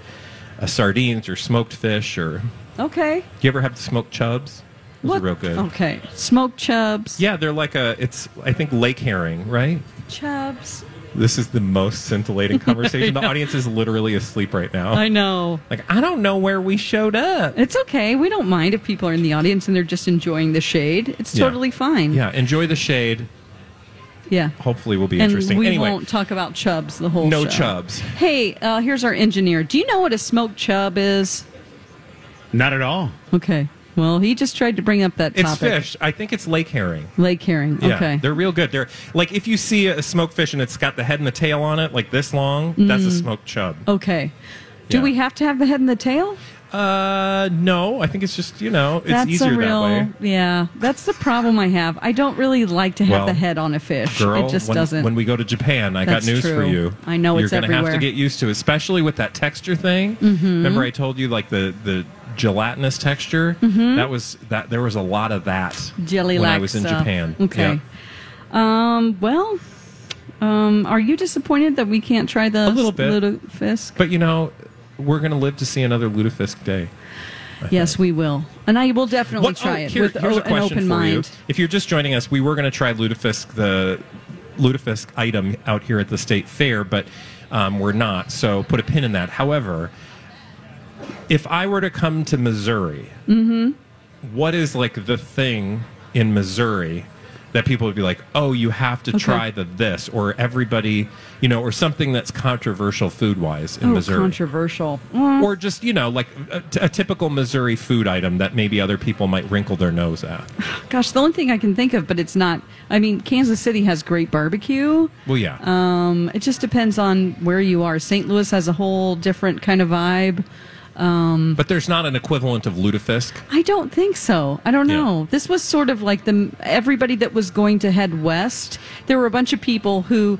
Speaker 2: uh sardines or smoked fish or.
Speaker 1: Okay.
Speaker 2: Do you ever have smoked chubs? Those are real good.
Speaker 1: Okay. Smoked chubs.
Speaker 2: Yeah, they're like a. It's I think lake herring, right?
Speaker 1: Chubs.
Speaker 2: This is the most scintillating conversation. the audience is literally asleep right now.
Speaker 1: I know.
Speaker 2: like I don't know where we showed up.
Speaker 1: It's okay. We don't mind if people are in the audience and they're just enjoying the shade. It's
Speaker 2: Yeah.
Speaker 1: totally fine.
Speaker 2: Yeah, enjoy the shade.
Speaker 1: Yeah.
Speaker 2: Hopefully, will be
Speaker 1: And
Speaker 2: interesting.
Speaker 1: we
Speaker 2: anyway,
Speaker 1: won't talk about chubs the whole
Speaker 2: no
Speaker 1: show.
Speaker 2: chubs.
Speaker 1: Hey, uh, here's our engineer. Do you know what a smoked chub is?
Speaker 5: Not at all.
Speaker 1: Okay. Well, he just tried to bring up that
Speaker 2: It's
Speaker 1: topic.
Speaker 2: fish. I think it's lake herring.
Speaker 1: Lake herring.
Speaker 2: Yeah,
Speaker 1: okay.
Speaker 2: they're real good. They're like if you see a smoked fish and it's got the head and the tail on it, like this long, that's a
Speaker 1: Mm.
Speaker 2: smoked chub.
Speaker 1: Okay. Do
Speaker 2: Yeah.
Speaker 1: we have to have the head and the tail?
Speaker 2: Uh, no, I think it's just you know it's
Speaker 1: that's
Speaker 2: easier
Speaker 1: a real.
Speaker 2: that way.
Speaker 1: Yeah, that's the problem I have. I don't really like to have
Speaker 2: Well,
Speaker 1: the head on a fish.
Speaker 2: Girl,
Speaker 1: it just
Speaker 2: when,
Speaker 1: doesn't.
Speaker 2: when we go to Japan, I
Speaker 1: That's
Speaker 2: got news for
Speaker 1: true.
Speaker 2: you.
Speaker 1: I know
Speaker 2: You're
Speaker 1: it's
Speaker 2: gonna have
Speaker 1: everywhere. Mm-hmm.
Speaker 2: to get used to, especially with that texture thing. Remember, I told you like the the gelatinous texture. That was that. There was a lot of that
Speaker 1: Mm-hmm. Jelly
Speaker 2: when I
Speaker 1: lax
Speaker 2: was in
Speaker 1: stuff.
Speaker 2: Japan.
Speaker 1: Okay.
Speaker 2: Yeah.
Speaker 1: Um. Well. Um. Are you disappointed that we can't try the
Speaker 2: A little bit.
Speaker 1: fisk?
Speaker 2: But you know, we're gonna live to see another lutefisk day.
Speaker 1: Yes, we will, and I will definitely try
Speaker 2: oh,
Speaker 1: it
Speaker 2: here-
Speaker 1: with
Speaker 2: here's
Speaker 1: o-
Speaker 2: a
Speaker 1: an
Speaker 2: question
Speaker 1: open
Speaker 2: for
Speaker 1: mind.
Speaker 2: You. If you're just joining us, we were going to try lutefisk the lutefisk item out here at the state fair, but um, we're not. So put a pin in that. However, if I were to come to Missouri,
Speaker 1: Mm-hmm.
Speaker 2: what is like the thing in Missouri? That people would be like, oh, you have to try the this, or everybody, you know, or something that's controversial food wise in
Speaker 1: Oh,
Speaker 2: Missouri
Speaker 1: controversial. Oh,
Speaker 2: or just you know like a, a typical missouri food item that maybe other people might wrinkle their nose at
Speaker 1: Gosh, the only thing I can think of, but it's not. I mean, Kansas City has great barbecue.
Speaker 2: well yeah
Speaker 1: Um, it just depends on where you are. St. Louis has a whole different kind of vibe.
Speaker 2: but there's not an equivalent of lutefisk
Speaker 1: I don't think so. I don't
Speaker 2: Yeah.
Speaker 1: know. This was sort of like the everybody that was going to head west. There were a bunch of people who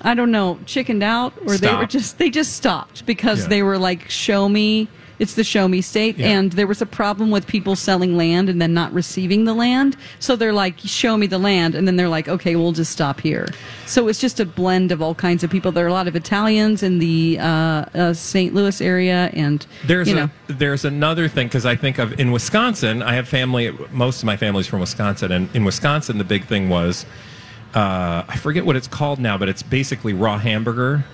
Speaker 1: I don't know, chickened out or they were
Speaker 2: Stopped.
Speaker 1: just they just stopped because
Speaker 2: Yeah.
Speaker 1: they were like show me it's the show me state
Speaker 2: Yeah.
Speaker 1: and there was a problem with people selling land and then not receiving the land. So they're like show me the land and then they're like okay, we'll just stop here. So it's just a blend of all kinds of people. There are a lot of Italians in the uh, uh, St. Louis area and
Speaker 2: There's
Speaker 1: you
Speaker 2: a,
Speaker 1: know
Speaker 2: there's another thing because I think of in Wisconsin. I have family. Most of my family's from Wisconsin, and in Wisconsin, the big thing was uh, I forget what it's called now, but it's basically raw hamburger,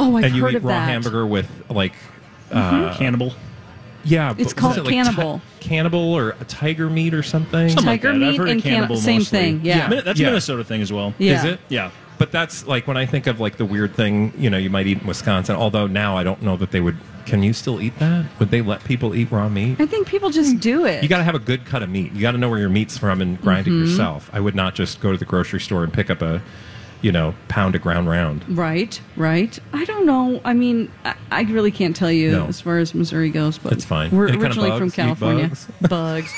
Speaker 1: Oh, I've
Speaker 2: and you
Speaker 1: heard of
Speaker 2: eat raw
Speaker 1: that.
Speaker 2: hamburger with like
Speaker 4: Cannibal.
Speaker 2: yeah, but
Speaker 1: It's
Speaker 2: was
Speaker 1: called
Speaker 2: like, ti-
Speaker 1: cannibal.
Speaker 2: cannibal or a tiger meat or something.
Speaker 4: Something
Speaker 1: Tiger
Speaker 4: like that. I've
Speaker 1: meat
Speaker 4: heard of
Speaker 1: and canna-
Speaker 4: cannibal
Speaker 1: same
Speaker 4: mostly.
Speaker 1: thing, yeah.
Speaker 4: Min- That's
Speaker 2: Yeah.
Speaker 4: a Minnesota thing as well.
Speaker 1: Yeah.
Speaker 2: Is it?
Speaker 4: Yeah.
Speaker 2: But that's like when I think of like the weird thing, you know, you might eat in Wisconsin. Although now I don't know that they would. Can you still eat that? Would they let people eat raw meat?
Speaker 1: I think people just do it.
Speaker 2: Hmm. You got to have a good cut of meat. You got to know where your meat's from and grind
Speaker 1: Mm-hmm.
Speaker 2: it yourself. I would not just go to the grocery store and pick up a, you know, pound of ground round.
Speaker 1: Right, right. I don't know. I mean, I, I really can't tell you
Speaker 2: No.
Speaker 1: as far as Missouri goes, but
Speaker 2: That's fine.
Speaker 1: We're
Speaker 2: Any kind of
Speaker 1: originally
Speaker 2: bugs?
Speaker 1: from
Speaker 2: Eat
Speaker 1: California.
Speaker 2: bugs?
Speaker 1: Bugs.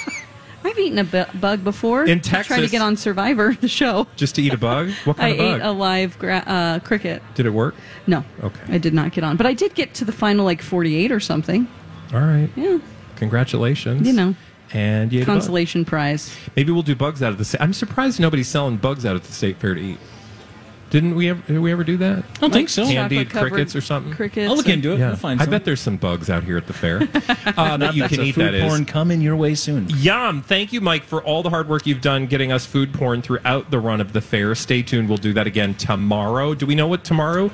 Speaker 1: I've eaten a bu- bug before.
Speaker 2: In
Speaker 1: I tried to
Speaker 2: Texas-
Speaker 1: get on Survivor, the show.
Speaker 2: Just to eat a bug? What
Speaker 1: I
Speaker 2: kind of
Speaker 1: ate a
Speaker 2: bug?
Speaker 1: live gra- uh, cricket.
Speaker 2: Did it work?
Speaker 1: No,
Speaker 2: Okay.
Speaker 1: I did not get on, but I did get to the final like forty-eight or something.
Speaker 2: All right.
Speaker 1: Yeah,
Speaker 2: Congratulations.
Speaker 1: You know.
Speaker 2: And you ate a bug.
Speaker 1: consolation prize.
Speaker 2: Maybe we'll do bugs out of the state. I'm surprised nobody's selling bugs out at the state fair to eat. Didn't we ever, did we ever do that?
Speaker 4: I don't think so.
Speaker 2: Yeah. Candied
Speaker 1: Chocolate-covered
Speaker 2: crickets or something?
Speaker 1: Crickets.
Speaker 4: I'll look into it.
Speaker 2: Yeah.
Speaker 4: We'll find
Speaker 2: I
Speaker 4: some.
Speaker 2: bet there's some bugs out here at the fair uh, that you
Speaker 4: That's
Speaker 2: can
Speaker 4: a
Speaker 2: eat.
Speaker 4: food
Speaker 2: That is.
Speaker 4: porn coming your way soon.
Speaker 2: Yum. Thank you, Mike, for all the hard work you've done getting us food porn throughout the run of the fair. Stay tuned. We'll do that again tomorrow. Do we know what tomorrow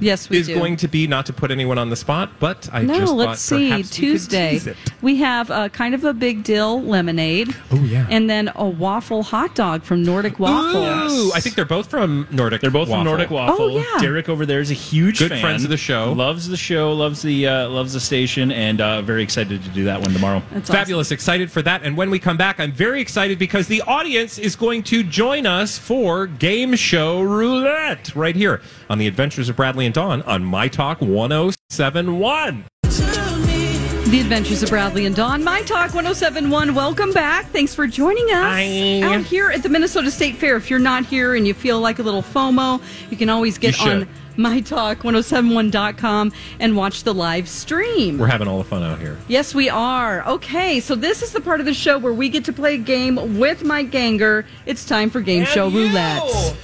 Speaker 1: Yes, we
Speaker 2: is
Speaker 1: do.
Speaker 2: going to be? Not to put anyone on the spot, but I
Speaker 1: No,
Speaker 2: just
Speaker 1: let's
Speaker 2: thought
Speaker 1: see.
Speaker 2: perhaps we could
Speaker 1: Tuesday,
Speaker 2: tease it.
Speaker 1: we have uh, kind of a big dill lemonade.
Speaker 2: Oh, yeah.
Speaker 1: and then a waffle hot dog from Nordic Waffle.
Speaker 2: Ooh, I think they're both from Nordic.
Speaker 4: They're both from Nordic Waffle.
Speaker 1: Oh, yeah.
Speaker 4: Derek over there is a huge
Speaker 2: Good
Speaker 4: fan.
Speaker 2: friends of the show.
Speaker 4: Loves the show. Loves the uh, loves the station, and uh, very excited to do that one tomorrow.
Speaker 1: That's awesome.
Speaker 2: Fabulous. Excited for that. And when we come back, I'm very excited because the audience is going to join us for Game Show Roulette right here on the Adventures of Bradley and Dawn on My Talk 1071.
Speaker 1: The Adventures of Bradley and Dawn, My Talk 1071. Welcome back. Thanks for joining us
Speaker 2: Hi.
Speaker 1: out here at the Minnesota State Fair. If you're not here and you feel like a little FOMO, you can always get
Speaker 2: You should.
Speaker 1: on mytalk1071.com and watch the live stream.
Speaker 2: We're having all the fun out here.
Speaker 1: Yes, we are. Okay, so this is the part of the show where we get to play a game with Mike Ganger. It's time for Game Show Roulette.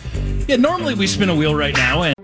Speaker 4: Yeah, normally we spin a wheel right now, and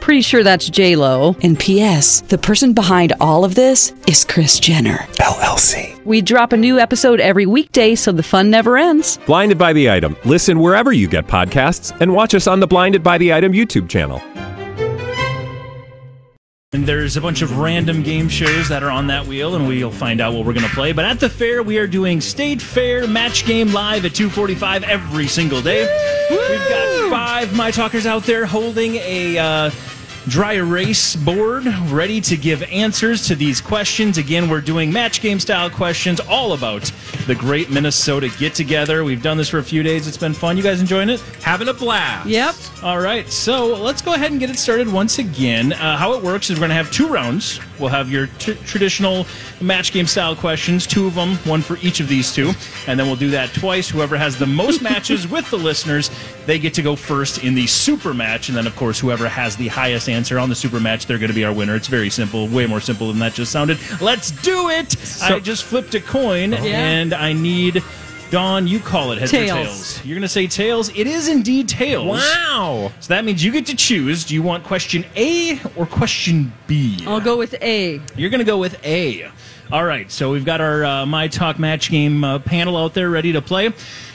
Speaker 1: Pretty sure that's J Lo. And P.S. The person behind all of this is Chris Jenner.
Speaker 2: LLC.
Speaker 1: We drop a new episode every weekday, so the fun never ends.
Speaker 2: Blinded by the Item. Listen wherever you get podcasts and watch us on the Blinded by the Item YouTube channel.
Speaker 4: and there's a bunch of random game shows that are on that wheel, and we'll find out what we're going to play. But at the fair, we are doing State Fair Match Game Live at 2:45 every single day. We've got five my talkers out there holding a. Uh, Dry erase board ready to give answers to these questions. Again, we're doing match game style questions all about the great Minnesota get together. We've done this for a few days. It's been fun. You guys enjoying it?
Speaker 2: Having a blast.
Speaker 1: Yep.
Speaker 4: All right, so let's go ahead and get it started once again. Uh, how it works is we're going to have two rounds. We'll have your t- traditional match game style questions, two of them, one for each of these two, and then we'll do that twice. Whoever has the most matches with the listeners, they get to go first in the super match, and then of course whoever has the highest answer on the super match, they're going to be our winner. It's very simple, way more simple than that just sounded. Let's do it! I just flipped a coin, and I need. Dawn, you call it heads or
Speaker 1: Tails.
Speaker 4: tails. You're going to say tails. It is indeed tails.
Speaker 2: Wow.
Speaker 4: So that means you get to choose. Do you want question A or question B?
Speaker 1: I'll go with A.
Speaker 4: You're going to go with A. All right. So we've got our uh, My Talk match game uh, panel out there ready to play.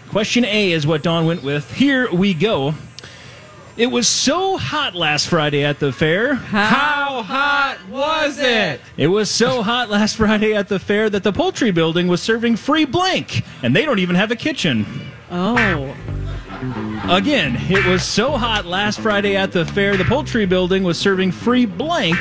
Speaker 4: Question A is what Don went with. Here we go. It was so hot last Friday at the fair.
Speaker 2: How hot was it?
Speaker 4: It was so hot last Friday at the fair that the poultry building was serving free blank, and they don't even have a kitchen.
Speaker 1: Oh.
Speaker 4: Again, it was so hot last Friday at the fair, the poultry building was serving free blank,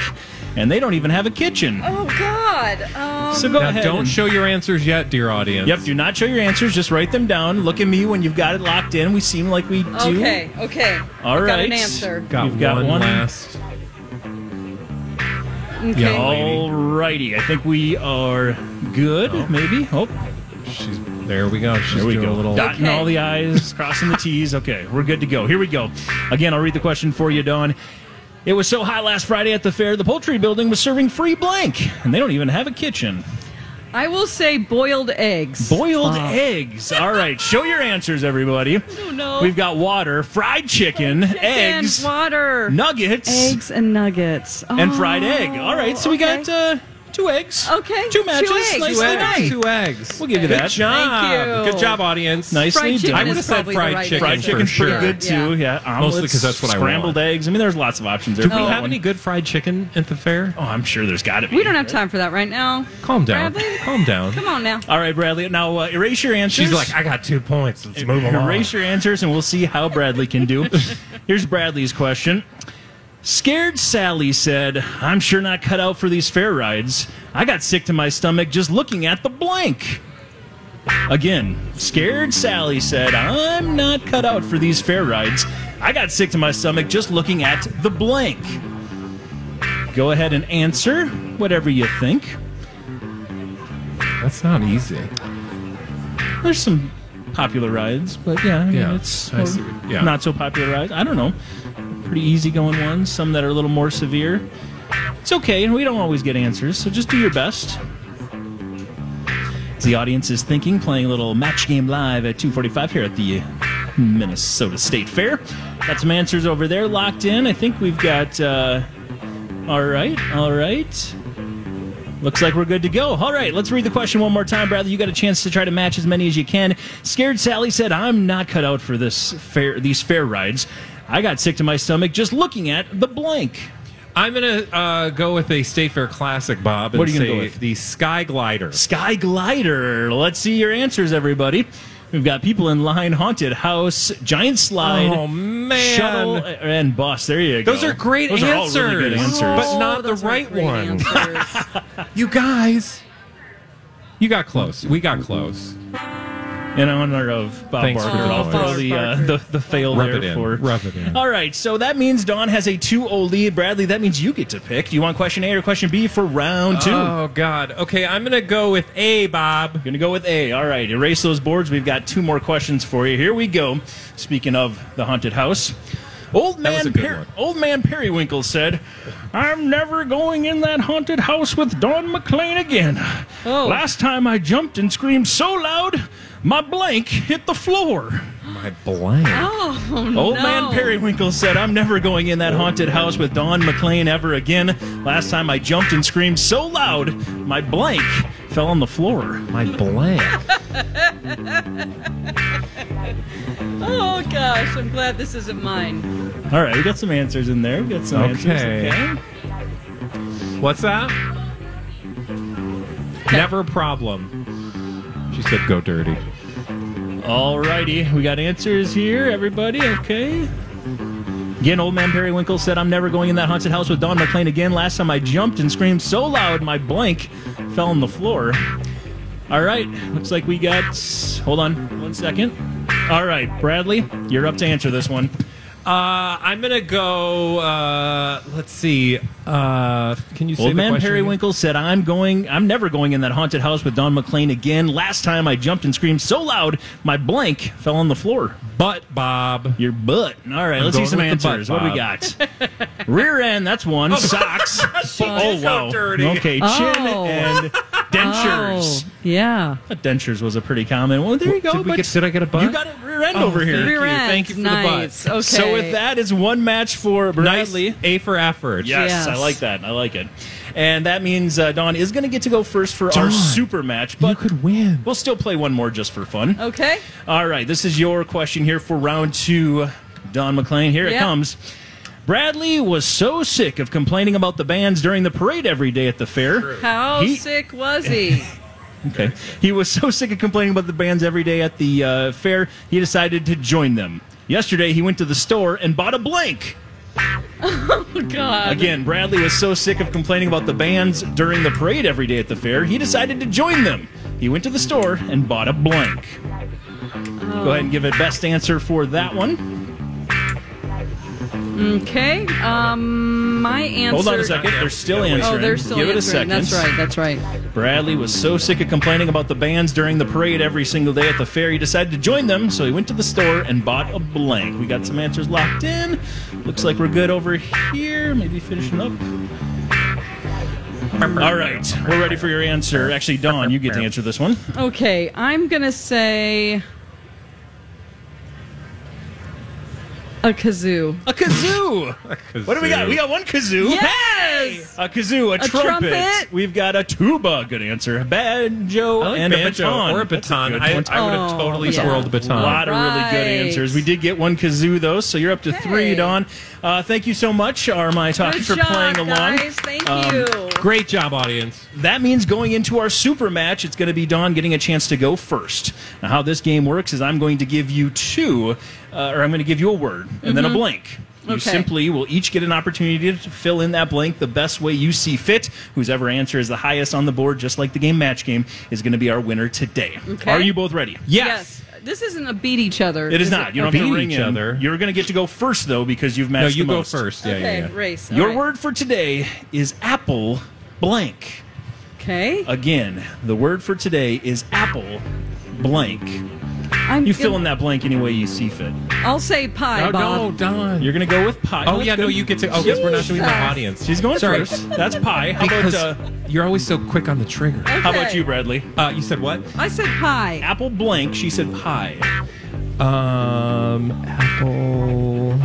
Speaker 4: and they don't even have a kitchen.
Speaker 1: Oh God. Um,
Speaker 4: So go
Speaker 2: Now,
Speaker 4: ahead.
Speaker 2: don't
Speaker 4: and-
Speaker 2: show your answers yet, dear audience.
Speaker 4: Yep, do not show your answers. Just write them down. Look at me when you've got it locked in. We seem like we do.
Speaker 1: okay. Okay.
Speaker 4: All
Speaker 1: I've Got an
Speaker 4: right.
Speaker 1: answer.
Speaker 2: Got,
Speaker 4: You've got
Speaker 2: one,
Speaker 4: one.
Speaker 2: last.
Speaker 1: Okay.
Speaker 2: Yeah.
Speaker 4: All righty. I think we are good, maybe. Oh,
Speaker 2: She's there. We go. She's
Speaker 4: There we
Speaker 2: doing a
Speaker 4: go.
Speaker 2: little.
Speaker 4: Dotting
Speaker 1: Okay.
Speaker 4: all the I's, crossing the T's. Okay, we're good to go. Here we go. Again, I'll read the question for you, Dawn. It was so hot last Friday at the fair, the poultry building was serving free blank, and they don't even have a kitchen.
Speaker 1: I will say boiled eggs.
Speaker 4: Boiled eggs. All right, show your answers, everybody.
Speaker 1: know.
Speaker 4: We've got water, fried chicken, eggs,
Speaker 1: and water,
Speaker 4: nuggets,
Speaker 1: eggs and nuggets,
Speaker 4: and
Speaker 1: Oh,
Speaker 4: fried egg. All right, so we
Speaker 1: okay.
Speaker 4: got uh, two eggs.
Speaker 1: Okay,
Speaker 4: two
Speaker 1: two
Speaker 4: matches.
Speaker 1: eggs.
Speaker 4: Nicely
Speaker 2: Two eggs.
Speaker 4: done.
Speaker 2: Two eggs.
Speaker 4: We'll give you
Speaker 2: Good
Speaker 4: that.
Speaker 2: job.
Speaker 1: Thank you.
Speaker 2: Good job, audience.
Speaker 4: Nicely
Speaker 1: Fried chicken
Speaker 4: done.
Speaker 2: I would have
Speaker 1: is
Speaker 2: said
Speaker 1: probably the
Speaker 2: fried
Speaker 1: right
Speaker 2: chicken.
Speaker 4: Fried
Speaker 1: answer.
Speaker 4: chicken's
Speaker 2: for
Speaker 4: pretty
Speaker 2: sure.
Speaker 4: good too. Yeah, omelets,
Speaker 2: Mostly 'cause that's what I
Speaker 4: scrambled
Speaker 2: want.
Speaker 4: eggs. I mean, there's lots of options. There.
Speaker 2: Do we have any good fried chicken at the fair?
Speaker 4: Oh, I'm sure there's got to be.
Speaker 1: We don't have time for that right now.
Speaker 2: Calm down.
Speaker 1: Bradley?
Speaker 2: Calm down.
Speaker 1: Come on now.
Speaker 4: All right, Bradley. Now uh, erase your answers.
Speaker 2: She's like, I got two points. Let's move along.
Speaker 4: erase your answers, and we'll see how Bradley can do. Here's Bradley's question. Scared Sally said, "I'm sure not cut out for these fair rides. I got sick to my stomach just looking at the blank." Again, scared Sally said, "I'm not cut out for these fair rides. I got sick to my stomach just looking at the blank." Go ahead and answer whatever you think.
Speaker 2: That's not easy.
Speaker 4: There's some popular rides, but yeah, I mean,
Speaker 2: Yeah,
Speaker 4: it's
Speaker 2: I see. Yeah.
Speaker 4: not so popular rides. I don't know. Pretty easygoing ones, some that are a little more severe. It's okay, and we don't always get answers, so just do your best. As the audience is thinking, playing a little match game live at 2:45 here at the Minnesota State Fair. Got some answers over there locked in. I think we've got. Uh, all right, all right. Looks like we're good to go. All right, let's read the question one more time, Bradley. You got a chance to try to match as many as you can. Scared Sally said, "I'm not cut out for this fair these fair rides. I got sick to my stomach just looking at the blank."
Speaker 2: I'm gonna uh, go with a State Fair classic, Bob. And
Speaker 4: What are you
Speaker 2: say
Speaker 4: gonna go with?
Speaker 2: The Sky Glider.
Speaker 4: Sky glider. Let's see your answers, everybody. We've got people in line, haunted house, giant slide,
Speaker 2: Oh, man.
Speaker 4: shuttle, and bus. There you go.
Speaker 2: Those are great
Speaker 4: Those
Speaker 2: answers,
Speaker 4: Are all really good answers.
Speaker 2: but
Speaker 1: Oh,
Speaker 2: not the
Speaker 1: those are
Speaker 2: right
Speaker 1: great
Speaker 2: one.
Speaker 1: answers.
Speaker 2: You guys, you got close. We got close.
Speaker 4: in honor of Bob
Speaker 2: Thanks
Speaker 4: Barker.
Speaker 2: for
Speaker 4: I'll
Speaker 2: the
Speaker 4: throw
Speaker 2: noise.
Speaker 4: the, uh, the the fail
Speaker 2: Rub
Speaker 4: there
Speaker 2: it in.
Speaker 4: for.
Speaker 2: Rub it in.
Speaker 4: All right, so that means Dawn has a 2-0 lead. Bradley, that means you get to pick. Do you want question A or question B for round two?
Speaker 2: Oh God. Okay, I'm gonna go with A, Bob.
Speaker 4: Gonna go with A. All right, erase those boards. We've got two more questions for you. Here we go. Speaking of the haunted house, old
Speaker 2: was
Speaker 4: man,
Speaker 2: a good
Speaker 4: Per-
Speaker 2: one.
Speaker 4: old man Periwinkle said, "I'm never going in that haunted house with Don McLean again.
Speaker 1: Oh.
Speaker 4: Last time I jumped and screamed so loud, my blank hit the floor."
Speaker 2: My blank.
Speaker 1: Oh,
Speaker 4: Old
Speaker 1: no.
Speaker 4: man Periwinkle said, I'm never going in that haunted house with Don McLean ever again. Last time I jumped and screamed so loud, my blank fell on the floor.
Speaker 2: My blank.
Speaker 1: Oh gosh, I'm glad this isn't mine.
Speaker 4: All right, we got some answers in there. We got some
Speaker 2: Okay.
Speaker 4: answers.
Speaker 2: What's that? Never a problem. She said, "Go dirty."
Speaker 4: Okay. All righty, we got answers here, everybody. Okay. Again, old man Periwinkle said, I'm never going in that haunted house with Don McLean again. Last time I jumped and screamed so loud, my blank fell on the floor. All right, looks like we got. Hold on one second. All right, Bradley, you're up to answer this one.
Speaker 2: Uh, I'm gonna go. Uh, let's see. Uh, can you say
Speaker 4: Old
Speaker 2: the
Speaker 4: man
Speaker 2: question?
Speaker 4: Periwinkle said, "I'm going. I'm never going in that haunted house with Don McLean again. Last time I jumped and screamed so loud, my blank fell on the floor.
Speaker 2: But Bob.
Speaker 4: Your butt. All right,
Speaker 2: I'm
Speaker 4: let's see
Speaker 2: going
Speaker 4: some
Speaker 2: with the butt,
Speaker 4: answers. what do we got? Rear end. That's one. Socks. oh
Speaker 2: did go
Speaker 4: wow.
Speaker 2: dirty.
Speaker 4: Okay, chin
Speaker 1: Oh.
Speaker 4: and dentures.
Speaker 1: Oh, yeah.
Speaker 4: I thought Dentures was a pretty common. Well, there you go.
Speaker 2: Did we
Speaker 4: but
Speaker 2: get- did I get a butt?
Speaker 4: You got a rear end
Speaker 2: Oh,
Speaker 4: over here.
Speaker 2: thank
Speaker 1: Rear
Speaker 2: you.
Speaker 1: end.
Speaker 2: Thank you for
Speaker 1: nice.
Speaker 2: the butt.
Speaker 1: Okay.
Speaker 4: So with that is one match for Bradley.
Speaker 2: Nice. A for effort.
Speaker 4: Yes,
Speaker 1: Yes.
Speaker 4: I like that. I like it. And that means uh, Don is going to get to go first for our
Speaker 2: Dawn,
Speaker 4: super match,
Speaker 2: You
Speaker 4: but
Speaker 2: could win.
Speaker 4: we'll still play one more just for fun.
Speaker 1: Okay.
Speaker 4: All right, this is your question here for round two, Don McLean. Here it
Speaker 1: Yeah.
Speaker 4: comes. Bradley was so sick of complaining about the bands during the parade every day at the fair.
Speaker 1: How
Speaker 4: He-
Speaker 1: sick was he?
Speaker 4: Okay. He was so sick of complaining about the bands every day at the uh, fair, he decided to join them. Yesterday, he went to the store and bought a blank.
Speaker 1: Oh, God.
Speaker 4: Again, Bradley was so sick of complaining about the bands during the parade every day at the fair, he decided to join them. He went to the store and bought a blank. Go ahead and give a best answer for that one.
Speaker 1: Okay. Um, my answer.
Speaker 4: Hold on a second. They're still
Speaker 1: Oh,
Speaker 4: answering.
Speaker 1: they're still
Speaker 4: give
Speaker 1: answering.
Speaker 4: it a second.
Speaker 1: That's right. That's right.
Speaker 4: Bradley was so sick of complaining about the bands during the parade every single day at the fair, he decided to join them, so he went to the store and bought a blank. We got some answers locked in. Looks like we're good over here. Maybe finishing up. All right, we're ready for your answer. Actually, Dawn, you get to answer this one.
Speaker 1: Okay. I'm gonna say a kazoo.
Speaker 4: A kazoo! What do we got? We got one kazoo.
Speaker 1: Yes!
Speaker 4: A kazoo, a, trumpet.
Speaker 1: trumpet.
Speaker 4: We've got a tuba. Good answer. Banjo
Speaker 2: I like
Speaker 4: and
Speaker 2: banjo
Speaker 4: a baton.
Speaker 2: or a
Speaker 4: That's
Speaker 2: baton.
Speaker 4: good
Speaker 2: I, I
Speaker 4: one.
Speaker 2: would have totally
Speaker 1: yeah.
Speaker 2: swirled a
Speaker 4: A
Speaker 2: baton.
Speaker 4: lot of really good
Speaker 1: Oh. Right.
Speaker 4: answers. We did get one kazoo though, so you're up to three,
Speaker 1: Hey.
Speaker 4: Don. Uh, thank you so much, our my talk
Speaker 1: Good
Speaker 4: for
Speaker 1: job,
Speaker 4: playing along.
Speaker 1: guys. Thank
Speaker 4: Um,
Speaker 1: you.
Speaker 2: Great job, audience.
Speaker 4: That means going into our super match, it's going to be Don getting a chance to go first. Now, how this game works is I'm going to give you two, uh, or I'm going to give you a word and then a blank. You
Speaker 1: Mm-hmm. Okay.
Speaker 4: simply will each get an opportunity to fill in that blank the best way you see fit. Whose ever answer is the highest on the board, just like the game match game, is going to be our winner today.
Speaker 1: Okay.
Speaker 4: Are you both ready?
Speaker 1: Yes. This isn't a beat each other.
Speaker 4: It is
Speaker 1: is
Speaker 4: not. You don't
Speaker 2: Beat
Speaker 4: have to ring
Speaker 2: each
Speaker 4: in.
Speaker 2: other.
Speaker 4: You're going to get to go first though because you've
Speaker 2: No,
Speaker 4: matched.
Speaker 2: you
Speaker 4: the
Speaker 2: go
Speaker 4: most.
Speaker 2: first. Yeah,
Speaker 1: Okay.
Speaker 2: yeah, yeah.
Speaker 1: Race. All
Speaker 4: Your
Speaker 1: right.
Speaker 4: word for today is apple blank.
Speaker 1: Okay.
Speaker 4: Uh, Again, the word for today is apple blank.
Speaker 1: I'm
Speaker 4: You fill in that blank any way you see fit.
Speaker 1: I'll say pie,
Speaker 2: Oh,
Speaker 1: Bob.
Speaker 2: no, Don.
Speaker 4: You're going to go with pie.
Speaker 2: oh,
Speaker 4: That's
Speaker 2: yeah, no,
Speaker 4: good.
Speaker 2: you get to. Oh, because we're not doing the
Speaker 1: Jesus.
Speaker 2: audience.
Speaker 4: She's going
Speaker 2: Sorry.
Speaker 4: first. That's pie. How about,
Speaker 2: Because
Speaker 4: uh,
Speaker 2: you're always so quick on the trigger.
Speaker 4: how about
Speaker 1: Okay.
Speaker 4: you, Bradley?
Speaker 2: Uh, you said what?
Speaker 1: I said pie.
Speaker 4: Apple blank. She said pie.
Speaker 2: Um, apple.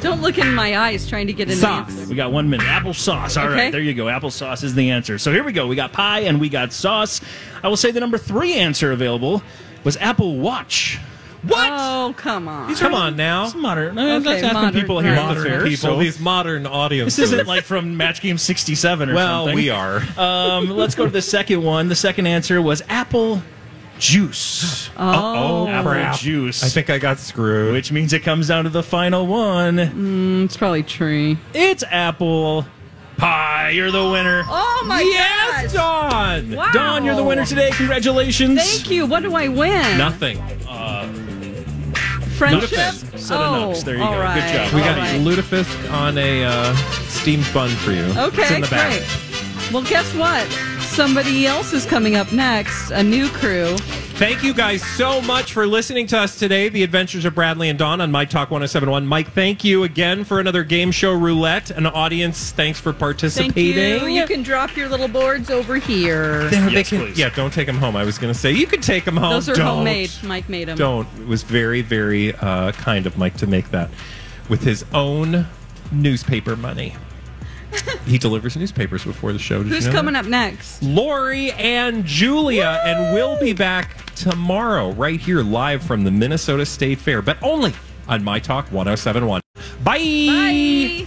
Speaker 1: Don't look in my eyes trying to get an
Speaker 2: Socks.
Speaker 1: answer.
Speaker 4: We got one minute. Applesauce. All right,
Speaker 1: Okay.
Speaker 4: there you go. Applesauce is the answer. So here we go. We got pie and we got sauce. I will say the number three answer available was Apple Watch. What?
Speaker 1: Oh, come on.
Speaker 2: Come on now.
Speaker 4: It's modern. Uh,
Speaker 1: Oh. Okay,
Speaker 4: that's asking
Speaker 1: modern,
Speaker 4: people here at the
Speaker 2: Modern
Speaker 4: fair.
Speaker 2: people,
Speaker 4: so
Speaker 2: these modern audiences.
Speaker 4: this isn't like from Match Game 67 or
Speaker 2: well,
Speaker 4: something.
Speaker 2: we are.
Speaker 4: Um, let's go to the second one. The second answer was Apple Juice.
Speaker 2: oh,
Speaker 4: Apple
Speaker 2: crap.
Speaker 4: Juice.
Speaker 2: I think I got screwed.
Speaker 4: Which means it comes down to the final one.
Speaker 1: It's probably tree.
Speaker 4: It's Apple Pie. You're the winner.
Speaker 1: Oh my
Speaker 2: yes,
Speaker 1: gosh.
Speaker 2: Don.
Speaker 1: Wow.
Speaker 4: Don, you're the winner today. Congratulations.
Speaker 1: Thank you. What do I win?
Speaker 2: Nothing.
Speaker 1: Friendship.
Speaker 4: Nothing. Set of
Speaker 1: oh,
Speaker 4: nugs. There you
Speaker 1: all
Speaker 4: go. Good
Speaker 1: right,
Speaker 4: job.
Speaker 2: We
Speaker 1: all
Speaker 2: got
Speaker 1: right.
Speaker 2: lutefisk on a uh, steamed bun for you.
Speaker 1: Okay,
Speaker 2: it's in the back.
Speaker 1: great. Well, guess what? Somebody else is coming up next. A new crew.
Speaker 2: Thank you guys so much for listening to us today, The Adventures of Bradley and Dawn on My Talk 1071. Mike, thank you again for another game show roulette. And audience, thanks for
Speaker 1: Thank
Speaker 2: participating.
Speaker 1: you. You can drop your little boards over here.
Speaker 2: There, they
Speaker 4: Yes,
Speaker 2: can-
Speaker 4: please.
Speaker 2: yeah, don't take them home. I was going to say, you can take them home.
Speaker 1: Those are
Speaker 2: Don't.
Speaker 1: homemade. Mike made them.
Speaker 2: Don't. It was very, very uh, kind of Mike to make that with his own newspaper money. he delivers newspapers before the show. Did
Speaker 1: Who's
Speaker 2: you know
Speaker 1: coming
Speaker 2: that?
Speaker 1: up next?
Speaker 2: Lori and Julia, and we'll be back tomorrow right here live from the Minnesota State Fair, but only on My Talk 1071. Bye.
Speaker 1: Bye.